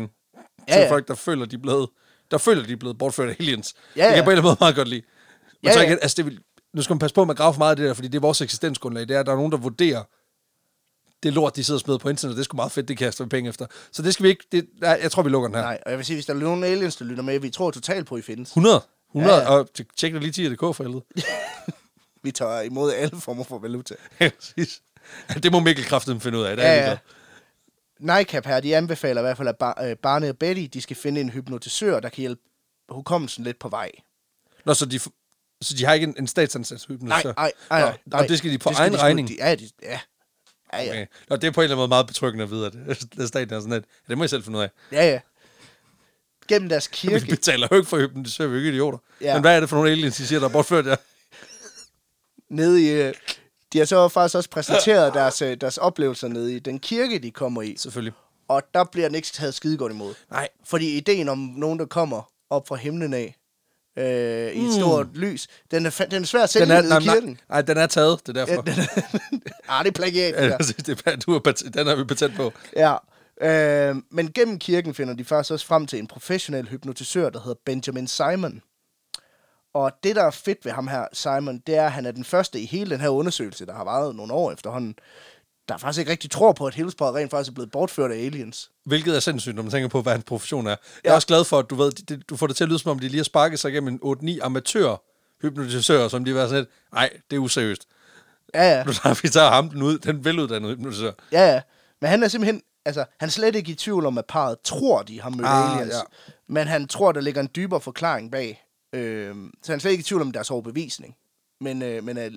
Ja, til ja. folk, der føler, de er blevet, der føler, de er blevet bortført af aliens. Ja, Det kan jeg ja. på en eller anden måde meget godt lide. Men Ja, så ja. igen, altså det vil, nu skal man passe på med at grave for meget af det der, fordi det er vores eksistensgrundlag. Det er, at der er nogen, der vurderer, det lort, de sidder og smider på internet, det er sgu meget fedt, det kaster vi penge efter. Så det skal vi ikke, det, nej, jeg tror, vi lukker den her. Nej, og jeg vil sige, hvis der er nogen aliens, der lytter med, vi tror totalt på, at I findes. 100. 100, ja, Ja, ja. ja. og tj- tjek det lige 10.dk for helvede. Vi tager imod alle former for valuta. [LAUGHS] Ja, præcis. det må Mikkel Kraften finde ud af. Det er Ja, ja, ja. NICAP her, de anbefaler i hvert fald, at bar- øh, Barney og Betty, de skal finde en hypnotisør, der kan hjælpe hukommelsen lidt på vej. Nå, så de, f- så de har ikke en, en statsansat Nej, hypnotisør? nej, nej, Nå, nej, nå, nej. det skal de på egen sgu- regning? De, ja, de, ja. Ja, ja. Okay. Nå, det er på en eller anden måde meget betryggende at vide, at at staten er sådan, at det må jeg selv finde ud af. ja, ja. Gennem [LAUGHS] deres Vi kirke. betaler jo ikke for hypnotisør, vi er jo ikke idioter. Ja. Ja. Men hvad er det for nogle aliens, de siger, der er bortført jer? nede i... øh, De har så faktisk også præsenteret deres, øh, deres oplevelser nede i den kirke, de kommer i. Selvfølgelig. Og der bliver den ikke taget skide godt imod. Nej. Fordi ideen om nogen, der kommer op fra himlen af, øh, i et stort lys, den er, fa- den er svær at sælge Hmm. Den er, nede i nej, kirken. nej, nej, den er taget, det er derfor. Ja, den er- [LAUGHS] ah, det er plagiat, [LAUGHS] det Ja, der. præcis, det er, du har patent, den har vi patent på. Ja. Øh, men gennem kirken finder de faktisk også frem til en professionel hypnotisør, der hedder Benjamin Simon. Og det, der er fedt ved ham her, Simon, det er, at han er den første i hele den her undersøgelse, der har varet nogle år efterhånden, der faktisk ikke rigtig tror på, at helseparet rent faktisk er blevet bortført af aliens. Hvilket er sindssygt, når man tænker på, hvad hans profession er. Jeg er Ja. også glad for, at du, ved, det, du får det til at lyde, som om de lige har sparket sig igennem en 8-9 amatør hypnotisører, som de har været sådan lidt, nej, det er useriøst. Ja, ja. Nu tager vi tager ham den ud, den veluddannede hypnotisør. Ja, ja. Men han er simpelthen... Altså, han er slet ikke i tvivl om, at parret tror, de har mødt Ah, ah, aliens. ja. Ja. Men han tror, der ligger en dybere forklaring bag. Øh, så han er slet ikke i tvivl om deres overbevisning. Men, øh, men er,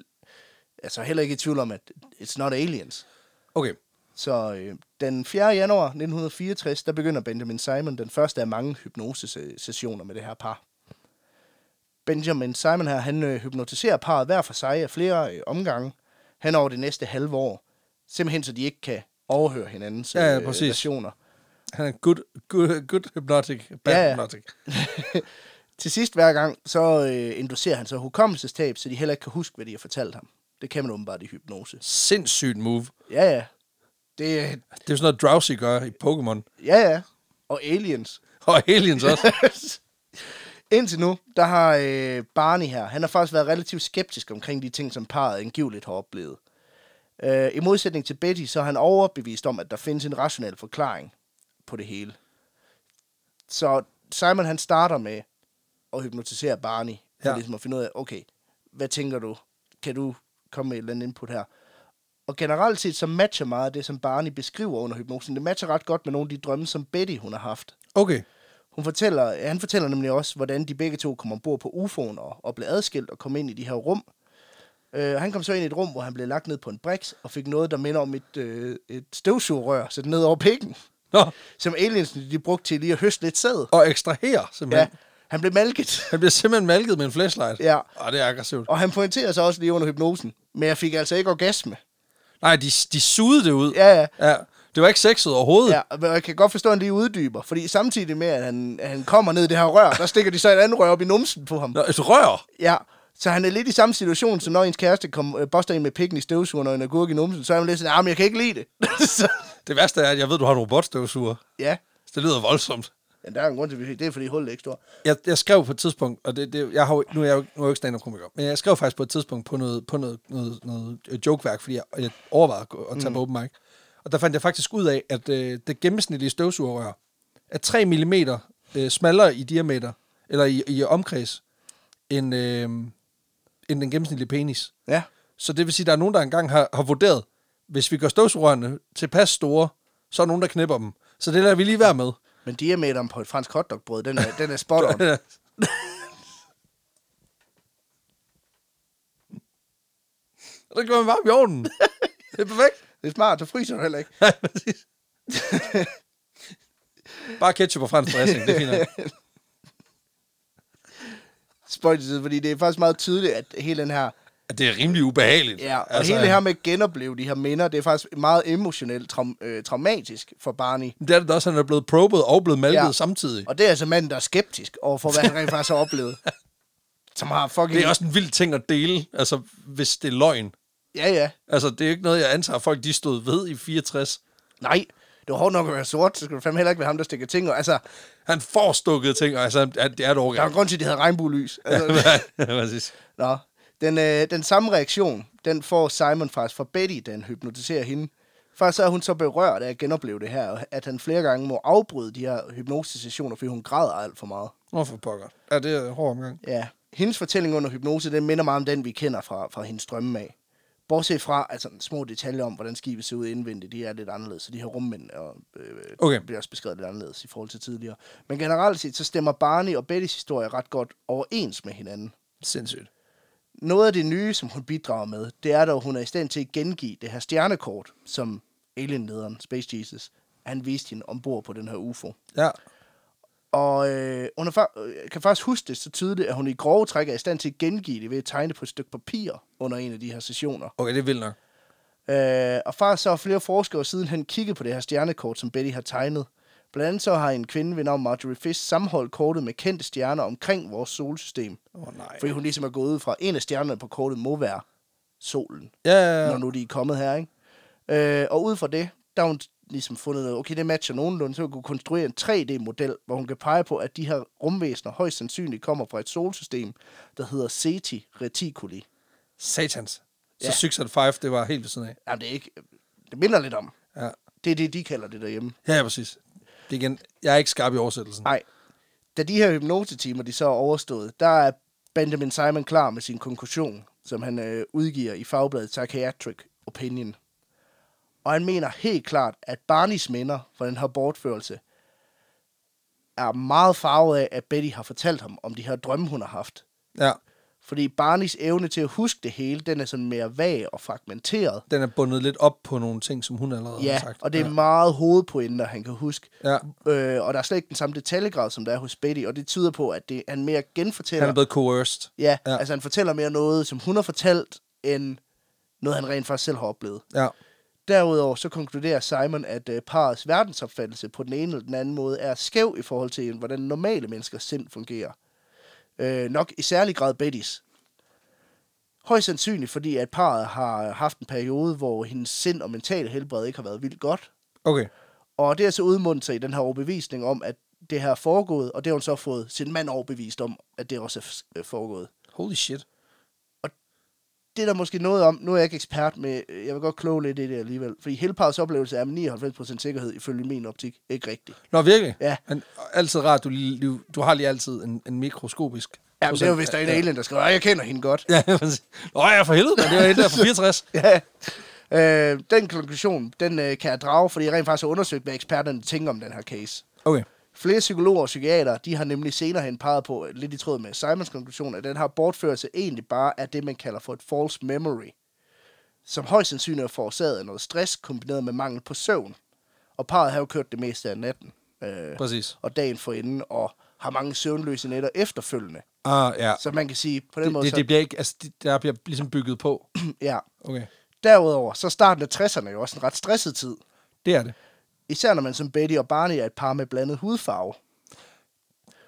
altså heller ikke i tvivl om, at it's not aliens. Okay, Så øh, den 4. januar 1964, der begynder Benjamin Simon den første af mange hypnosesessioner med det her par. Benjamin Simon her, han øh, hypnotiserer parret hver for sig af flere øh, omgange hen over det næste halve år. Simpelthen så de ikke kan overhøre hinandens Ja, ja, øh, præcis. versioner. [LAUGHS] han er good, good, good hypnotic, bad Ja, ja, ja. ja. hypnotic. Til sidst hver gang, så øh, inducerer han så hukommelsestab, så de heller ikke kan huske, hvad de har fortalt ham. Det kan man åbenbart i hypnose. Sindssygt move. Ja, ja. Det, øh, Det er jo sådan noget, Drowsy gør i Pokémon. [LAUGHS] ja, ja. Og aliens. Og aliens også. [LAUGHS] Indtil nu, der har øh, Barney her, han har faktisk været relativt skeptisk omkring de ting, som parret angiveligt har oplevet. Øh, I modsætning til Betty, så er han overbevist om, at der findes en rationel forklaring på det hele. Så Simon han starter med at hypnotisere Barney, for Ja. ja. ligesom at finde ud af, okay, hvad tænker du? Kan du komme med et eller andet input her? Og generelt set, så matcher meget af det, som Barney beskriver under hypnosen. Det matcher ret godt med nogle af de drømme, som Betty hun har haft. Okay, Hun fortæller, han fortæller nemlig også, hvordan de begge to kom ombord på UFO'en og, og blev adskilt og kom ind i de her rum. Øh, han kom så ind i et rum, hvor han blev lagt ned på en briks og fik noget, der minder om et, øh, et støvsugerør sat ned over pikken, nå. som aliens de brugte til lige at høste lidt sæd. Og extrahere, simpelthen. Ja, Ja. han blev malket, Han bliver simpelthen malket med en flashlight. Ja. Og det er aggressivt. og han pointerer så også lige under hypnosen, men jeg fik altså ikke orgasme. Nej, de, de sugede det ud. Ja, ja. ja. Det var ikke sexet overhovedet. Ja, men jeg kan godt forstå, at han lige uddyber, fordi samtidig med, at han, at han kommer ned i det her rør, der stikker de så et andet rør op i numsen på ham. Nå, et rør. Ja, så han er lidt i samme situation, som når ens kæreste kom, øh, boster en med pikken i støvsugeren og en agurk i numsen, så er han lidt sådan, ah, men jeg kan ikke lide det. [LAUGHS] så, Det værste er, at jeg ved, du har en robotstøvsuger. ja, Det lyder voldsomt. men der er en grund til, at vi fik det, er, fordi hullet er ikke stort. Jeg, jeg skrev på et tidspunkt, og det, det, jeg har, jo- nu er jeg jo, nu er jeg jo ikke stand-up komiker, men jeg skrev faktisk på et tidspunkt på noget, på noget, noget, noget øh, jokeværk, fordi jeg, jeg overvejede at, gå- at tage mm. på open mic. Og der fandt jeg faktisk ud af, at øh, det gennemsnitlige støvsugerrør er 3 mm øh, smallere i diameter, eller i, i omkreds, end, øh, end den gennemsnitlige penis. Ja. Så det vil sige, at der er nogen, der engang har, har vurderet, hvis vi gør støvsugerrørene tilpas store, så er nogen, der knipper dem. Så det lader vi lige være med. Men diameteren på et fransk hotdogbrød, den er, den er spot [LAUGHS] on. Og så kan man bare i ovnen. Det er perfekt. Det er smart, så fryser du heller ikke. Nej, præcis. Bare ketchup og fransk dressing, det er fint nok. Spøjt til side, fordi det er faktisk meget tydeligt, at hele den her... At Det er rimelig ubehageligt. Ja, og altså, hele det her med at genopleve de her minder, det er faktisk meget emotionelt traum, øh, traumatisk for Barney. Det er det da også, han er blevet probet og blevet malket ja. Ja. samtidig. Og det er altså manden, der er skeptisk overfor, hvad han rent faktisk har [LAUGHS] oplevet. Som har fucking... Det er også en vild ting at dele, altså hvis det er løgn. Ja, ja. Altså, det er jo ikke noget, jeg antager, folk de stod ved i 64. Nej, det var hårdt nok at være sort, så skulle det fandme heller ikke være ham, der stikker ting. Og, altså, Han får stukket ting, og altså, det er et der er en overgang. grund til, at de havde regnbuelys. Altså, Ja, præcis. [LAUGHS] Nå. Den, øh, den samme reaktion, den får Simon faktisk fra Betty, da han hypnotiserer hende. Faktisk så er hun så berørt af at genopleve det her, og at han flere gange må afbryde de her hypnosesessioner, fordi hun græder alt for meget. Nå, for pokker. Ja, det er en hård omgang. Ja. Hendes fortælling under hypnose, den minder meget om den, vi kender fra, fra hendes drømme af. Bortset fra altså, små detaljer om, hvordan skibet ser ud indvendigt, de er lidt anderledes, så de her rummænd og, øh, Okay. bliver også beskrevet lidt anderledes i forhold til tidligere. Men generelt set, så stemmer Barney og Bettys historie ret godt overens med hinanden. Sindssygt. Noget af det nye, som hun bidrager med, det er dog, at hun er i stand til at gengive det her stjernekort, som alienlederen Space Jesus, han viste hende ombord på den her UFO. Ja. Og øh, hun er fa- øh, kan faktisk huske det så tydeligt, at hun i grove træk er i stand til at gengive det ved at tegne på et stykke papir under en af de her sessioner. Okay, det er vildt nok. Øh, og faktisk så har flere forskere sidenhen kigget på det her stjernekort, som Betty har tegnet. Blandt andet så har en kvinde ved navn Marjorie Fish sammenholdt kortet med kendte stjerner omkring vores solsystem. Åh, oh, nej. Fordi hun ligesom er gået ud fra, at en af stjernerne på kortet må være solen Ja, ja, når ja. nu de er kommet her, ikke? Øh, og ud fra det, der har hun ligesom fundet noget, okay, det matcher nogenlunde, så hun kunne konstruere en 3D-model, hvor hun kan pege på, at de her rumvæsener højst sandsynligt kommer fra et solsystem, der hedder Ceti Reticuli. Satans. Så Ja. 605, det var helt ved siden af. Jamen, det er ikke... Det minder lidt om. Ja. Det er det, de kalder det derhjemme. Ja, ja, præcis. Det er igen, jeg er ikke skarp i oversættelsen. Nej. Da de her hypnosetimer, de så er overstået, der er Benjamin Simon klar med sin konklusion, som han øh, udgiver i fagbladet Psychiatric Opinion. Og han mener helt klart, at Barneys minder for den her bortførelse er meget farvet af, at Betty har fortalt ham om de her drømme, hun har haft. Ja, Fordi Barneys evne til at huske det hele, den er sådan mere vag og fragmenteret. den er bundet lidt op på nogle ting, som hun allerede har Ja, sagt. og det er meget hovedpointer, han kan huske. Ja, Øh, og der er slet ikke den samme detaljegrad, som der er hos Betty, og det tyder på, at det, han mere genfortæller. han er blevet coerced. ja, Ja. ja, altså han fortæller mere noget, som hun har fortalt, end noget, han rent faktisk selv har oplevet. Ja. Derudover så konkluderer Simon, at øh, parrets verdensopfattelse på den ene eller den anden måde er skæv i forhold til, hvordan normale menneskers sind fungerer. Øh, nok i særlig grad Bettys. Højst sandsynligt, fordi at parret har haft en periode, hvor hendes sind og mentale helbred ikke har været vildt godt, Okay. og det er så udmundet sig i den her overbevisning om, at det her er foregået, og det har hun så fået sin mand overbevist om, at det også er f- øh, foregået. Holy shit. Det er der måske noget om, nu er jeg ikke ekspert med, øh, jeg vil godt kloge lidt i det alligevel, fordi hele parrets oplevelse er med 99% sikkerhed, ifølge min optik, ikke rigtig. Nå, virkelig? Ja. Men altid rart, du, lige, du, du har lige altid en, en mikroskopisk... Ja, men det er jo, hvis der er en alien, der skriver, "Ej, jeg kender hende godt. Ja, præcis. Nå, jeg er for helvede, men det var et der fra 64. [LAUGHS] Ja. Øh, den konklusion, den øh, kan jeg drage, fordi jeg rent faktisk har undersøgt, hvad eksperterne tænker om den her case. Okay. Flere psykologer og psykiater, de har nemlig senere hen peget på, øh, lidt i tråd med Simons konklusion, at den her bortførelse egentlig bare er det, man kalder for et false memory, som højst sandsynligt er forårsaget af noget stress, kombineret med mangel på søvn. Og parret har jo kørt det meste af natten øh, Præcis. og dagen forinden, og har mange søvnløse nætter efterfølgende. Ah, ja. Så man kan sige, på den Det, måde, det, det bliver ikke... Altså, det, der bliver ligesom bygget på. så, ja. Okay. Derudover, så starten af 60'erne er jo også en ret stresset tid. Det er det. Især når man som Betty og Barney er et par med blandet hudfarve.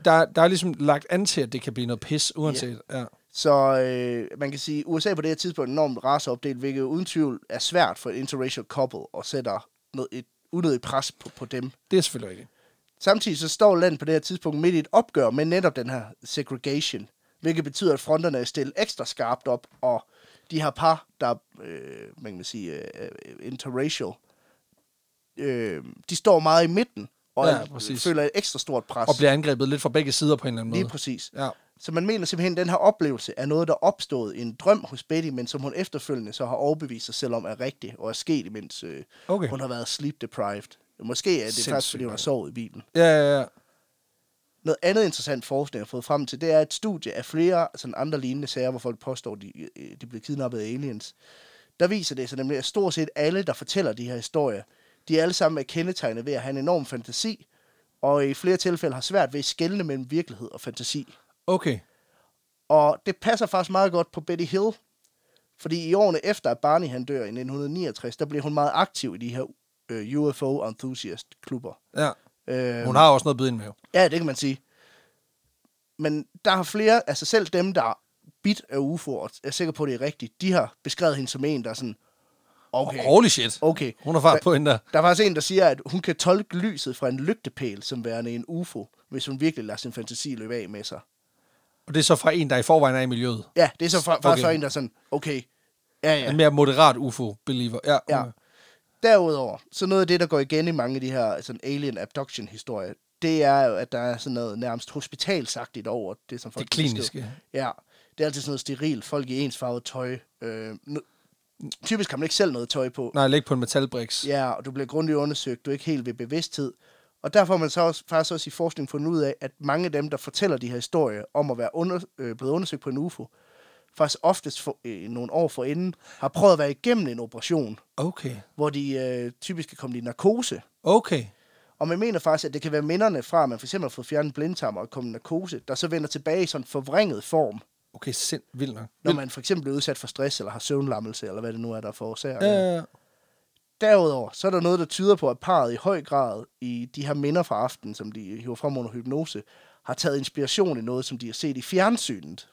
Der, der er ligesom lagt an til, at det kan blive noget pis, uanset. Ja. Så øh, man kan sige, at USA på det her tidspunkt er enormt raceopdelt, hvilket uden tvivl er svært for et interracial couple og sætter noget, et unødigt pres på, på dem. Det er selvfølgelig rigtigt. Samtidig så står landet på det her tidspunkt midt i et opgør med netop den her segregation, hvilket betyder, at fronterne er stillet ekstra skarpt op, og de her par, der øh, man kan sige øh, interracial, øh, de står meget i midten, og Ja, ja, præcis. føler et ekstra stort pres. Og bliver angrebet lidt fra begge sider på en eller anden Lige måde. præcis. Ja. Så man mener simpelthen, at den her oplevelse er noget, der opstod i en drøm hos Betty, men som hun efterfølgende så har overbevist sig selv om er rigtig og er sket, imens øh, Okay. okay. hun har været sleep deprived. Måske er det Sindssygt, Sindssygt faktisk, fordi hun har nok. sovet i bilen. Ja, ja, ja. Noget andet interessant forskning, jeg har fået frem til, det er et studie af flere sådan andre lignende sager, hvor folk påstår, at de, øh, de blev kidnappet af aliens. Der viser det sig nemlig, at stort set alle, der fortæller de her historier, de er alle sammen er kendetegnet ved at have en enorm fantasi, og i flere tilfælde har svært ved at skelne mellem virkelighed og fantasi. Okay. Og det passer faktisk meget godt på Betty Hill, fordi i årene efter, at Barney han dør i 1969, der blev hun meget aktiv i de her øh, UFO-enthusiast-klubber. Ja. Øh, Hun har også noget at byde ind med. jo. Ja, det kan man sige. Men der har flere, altså selv dem, der er bit af UFO'er, er sikker på, at det er rigtigt, de har beskrevet hende som en, der er sådan, okay, Oh. Holy shit. okay. Hun har fart på hende der. Der er faktisk en, der siger, at hun kan tolke lyset fra en lygtepæl som værende en UFO, hvis hun virkelig lader sin fantasi løbe af med sig. Og det er så fra en, der i forvejen er i miljøet. Ja, det er så fra, faktisk Okay. så en, der er sådan, okay, ja, ja. En mere moderat UFO-believer. Ja. Ja. Derudover, så noget af det, der går igen i mange af de her sådan alien abduction historier, det er jo, at der er sådan noget nærmest hospitalsagtigt over det, som folk Det kliniske. beskriver. Ja, det er altid sådan noget sterilt. Folk i ensfarvet tøj. Øh, n- typisk har man ikke selv noget tøj på. Nej, læg på en metalbriks. Ja. Ja, og du bliver grundigt undersøgt. Du er ikke helt ved bevidsthed. Og derfor har man så også, faktisk også i forskning fundet ud af, at mange af dem, der fortæller de her historier om at være under, øh, blevet undersøgt på en UFO, faktisk oftest for, øh, nogle år forinden har prøvet at være igennem en operation Okay. hvor de øh, typisk kan komme i narkose. Okay. Og man mener faktisk, at det kan være minderne fra, at man fx har fået fjernet blindtarmer og kommet i narkose, der så vender tilbage i sådan en forvrænget form, Okay, sind vildt nok. når man for eksempel bliver udsat for stress eller har søvnlammelse, eller hvad det nu er, der forårsager. det. Ja. Derudover, så er der noget, der tyder på, at parret i høj grad i de her minder fra aftenen, som de hiver frem under hypnose, har taget inspiration i noget, som de har set i fjernsynet.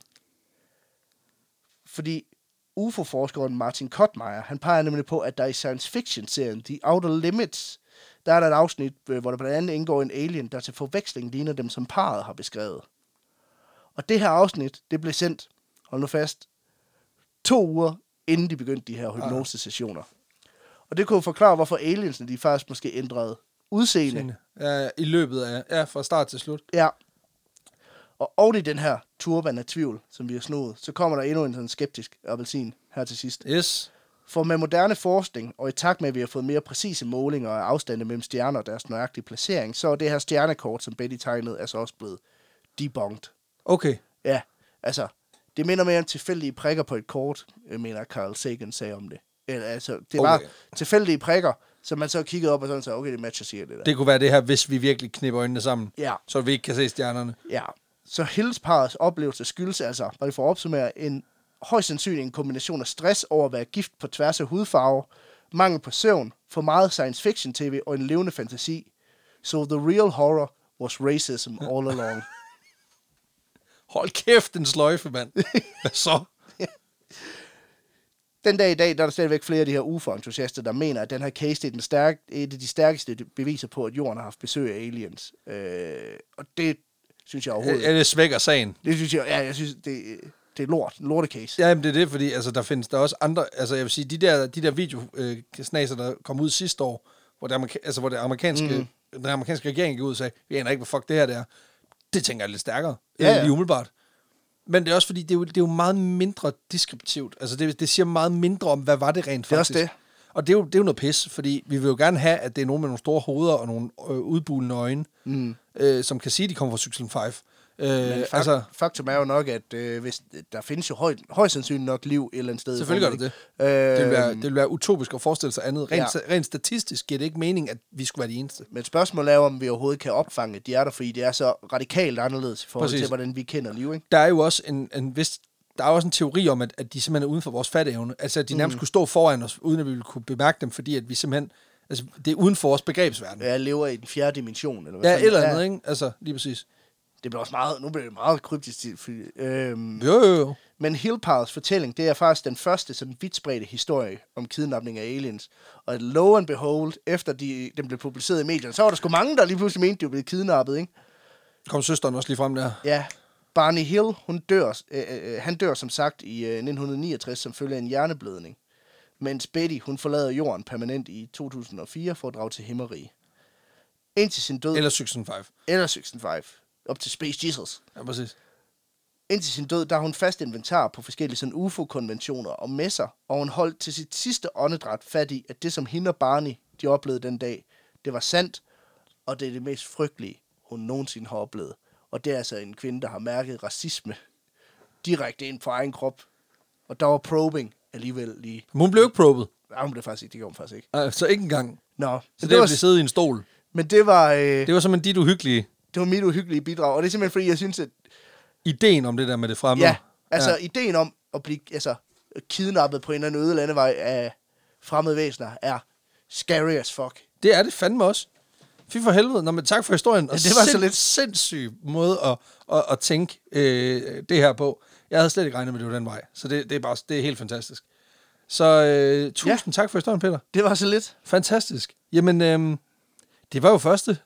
Fordi UFO-forskeren Martin Kottmeier, han peger nemlig på, at der i science fiction-serien The Outer Limits, der er der et afsnit, øh, hvor der blandt andet indgår en alien, der til forveksling ligner dem, som parret har beskrevet. Og det her afsnit, det blev sendt, hold nu fast, to uger inden de begyndte de her hypnose-sessioner. Og det kunne jo forklare, hvorfor aliensene de faktisk måske ændrede udseende. Sind. Ja, I løbet af, ja, fra start til slut. Ja. Og oven i den her turban af tvivl, som vi har snoet, så kommer der endnu en sådan skeptisk appelsin her til sidst. Yes. For med moderne forskning, og i takt med, at vi har fået mere præcise målinger af afstande mellem stjerner og deres nøjagtige placering, så er det her stjernekort, som Betty tegnede, altså også blevet debunked. Okay. Ja, altså, det minder mere om tilfældige prikker på et kort, øh, mener Carl Sagan sagde om det. Eller, altså, det var Okay. tilfældige prikker, som man så kiggede op og sådan sagde, okay, det matcher siger det der. Det kunne være det her, hvis vi virkelig knipper øjnene sammen, Ja. så vi ikke kan se stjernerne. Ja, så helsparets oplevelse skyldes altså, bare lige for at opsummere, en højst sandsynlig en kombination af stress over at være gift på tværs af hudfarve, mangel på søvn, for meget science fiction tv og en levende fantasi. So the real horror was racism all along. Hold kæft, en sløjfe, mand. Hvad så? Den dag i dag, der er der stadigvæk flere af de her UFO-entusiaster, der mener, at den her case det er den stærk, et af de stærkeste beviser på, at jorden har haft besøg af aliens. Øh, og det synes jeg overhovedet Ja, det svækker sagen. Det synes jeg, ja, jeg synes, det, det er lort. En lortecase. Ja, jamen, det er det, fordi altså, der findes der også andre... Altså, jeg vil sige, de der, de der videosnaser, der kom ud sidste år, hvor, det amerika- altså, hvor det amerikanske, mm. den amerikanske regering gik ud og sagde, vi aner ikke, hvad fuck det her det er. Det tænker jeg er lidt stærkere. øh, Ja, ja. Lige umiddelbart. Men det er også fordi, det er jo, det er jo meget mindre deskriptivt. Altså, det, det siger meget mindre om, hvad var det rent Det er også faktisk. Og det er, jo, det er jo noget pis, fordi vi vil jo gerne have, at det er nogen med nogle store hoveder og nogle øh, udbulende øjne, mm. øh, som kan sige, at de kommer fra Cyklen 5. Øh, Men fak- altså, altså, faktum er jo nok, at øh, hvis, der findes jo højt, højst sandsynligt nok liv et eller andet sted. i Selvfølgelig gør rummet, det. ikke? det, Øh, vil være, det vil være utopisk at forestille sig andet. Rent, Ja. Øhm. ja. rent statistisk giver det ikke mening, at vi skulle være de eneste. Men spørgsmålet er, jo, om vi overhovedet kan opfange de er der, fordi det er så radikalt anderledes i forhold Præcis. Præcis. til, hvordan vi kender liv. Ikke? Der er jo også en, en vis, der er også en teori om, at, at de simpelthen er uden for vores fatteevne. Altså, at de nærmest kunne stå foran os, uden at vi ville kunne bemærke dem, fordi at vi simpelthen... Altså, det er uden for vores begrebsverden. Ja, Jeg lever i den fjerde dimension. Eller hvad ja fanden- eller andet, ikke? Altså, lige præcis. Det bliver også meget, nu bliver det meget kryptisk. til- fordi, Øhm, Jo, jo, jo. Men Hillpowers fortælling, det er faktisk den første sådan vidtspredte historie om kidnapning af aliens. Og at lo and behold, efter de, den blev publiceret i medierne, så var der sgu mange, der lige pludselig mente, de var blevet kidnappet, ikke? Kom søsteren også lige frem der. Ja, Barney Hill, hun dør, øh, øh, han dør som sagt i øh, 1969 som følge af en hjerneblødning. Mens Betty, hun forlader jorden permanent i 2004 for at drage til himmerige. Indtil sin død, eller, Eller Cyklen 5. eller 65, op til Space Jesus. Ja, præcis. Indtil sin død, der har hun fast inventar på forskellige sådan UFO-konventioner og messer, og hun holdt til sit sidste åndedræt fat i, at det, som hende og Barney, de oplevede den dag, det var sandt, og det er det mest frygtelige, hun nogensinde har oplevet. Og det er altså en kvinde, der har mærket racisme direkte ind på egen krop. Og der var probing alligevel lige... Men hun blev ikke probet. Ah, hun blev faktisk ikke, det gjorde hun faktisk ikke. Altså, ikke engang. Nå, Så det, det var... at blive siddet i en stol. Men det var, øh, det... Det var simpelthen dit uhyggelige det var mit uhyggelige bidrag, og det er simpelthen fordi, jeg synes, at ideen om det der med det fremmede. Ja, altså ja. ideen om at blive altså, kidnappet på en eller anden øde landevej af fremmede væsener er scary as fuck. Det er det fandme også. Fy for helvede. Nå, men tak for historien. Og Ja, det var så lidt- sindssyg måde at, at, at tænke øh, det her på. Jeg havde slet ikke regnet med, at det var den vej. Så det, det er bare det er helt fantastisk. Så øh, tusind ja. tak for historien, Peter. Det var så lidt. Fantastisk. Jamen, øh, det var jo første,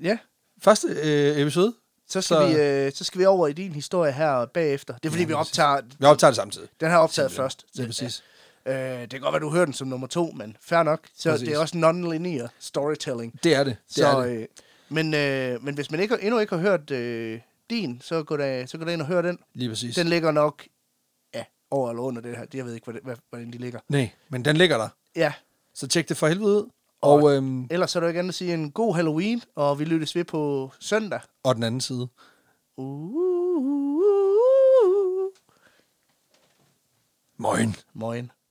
Ja, første øh, episode. så skal, Så- så... Vi, øh, så skal vi over i din historie her bagefter. Det er fordi, ja, vi optager... Vi optager det samtidig. Den her er optaget først. Ja, præcis. Øh, det kan godt være, du hører den som nummer to, men fair nok. Så Præcis. Præcis. det er også non-linear storytelling. Det Det er det. det, så, er det. Øh, men, øh, men hvis man ikke, endnu ikke har hørt øh, din, så gå, da, så gå da ind og hør den. Lige præcis. Den ligger nok ja, over eller under det her. Jeg ved ikke, hvordan, hvad- hvordan de ligger. Nej, men den ligger der. Ja, Så tjek det for helvede ud. Og, øhm, ellers så er der jo ikke andet at sige en god Halloween, og vi lyttes ved på søndag. og den anden side. Uh, Moin. morgen.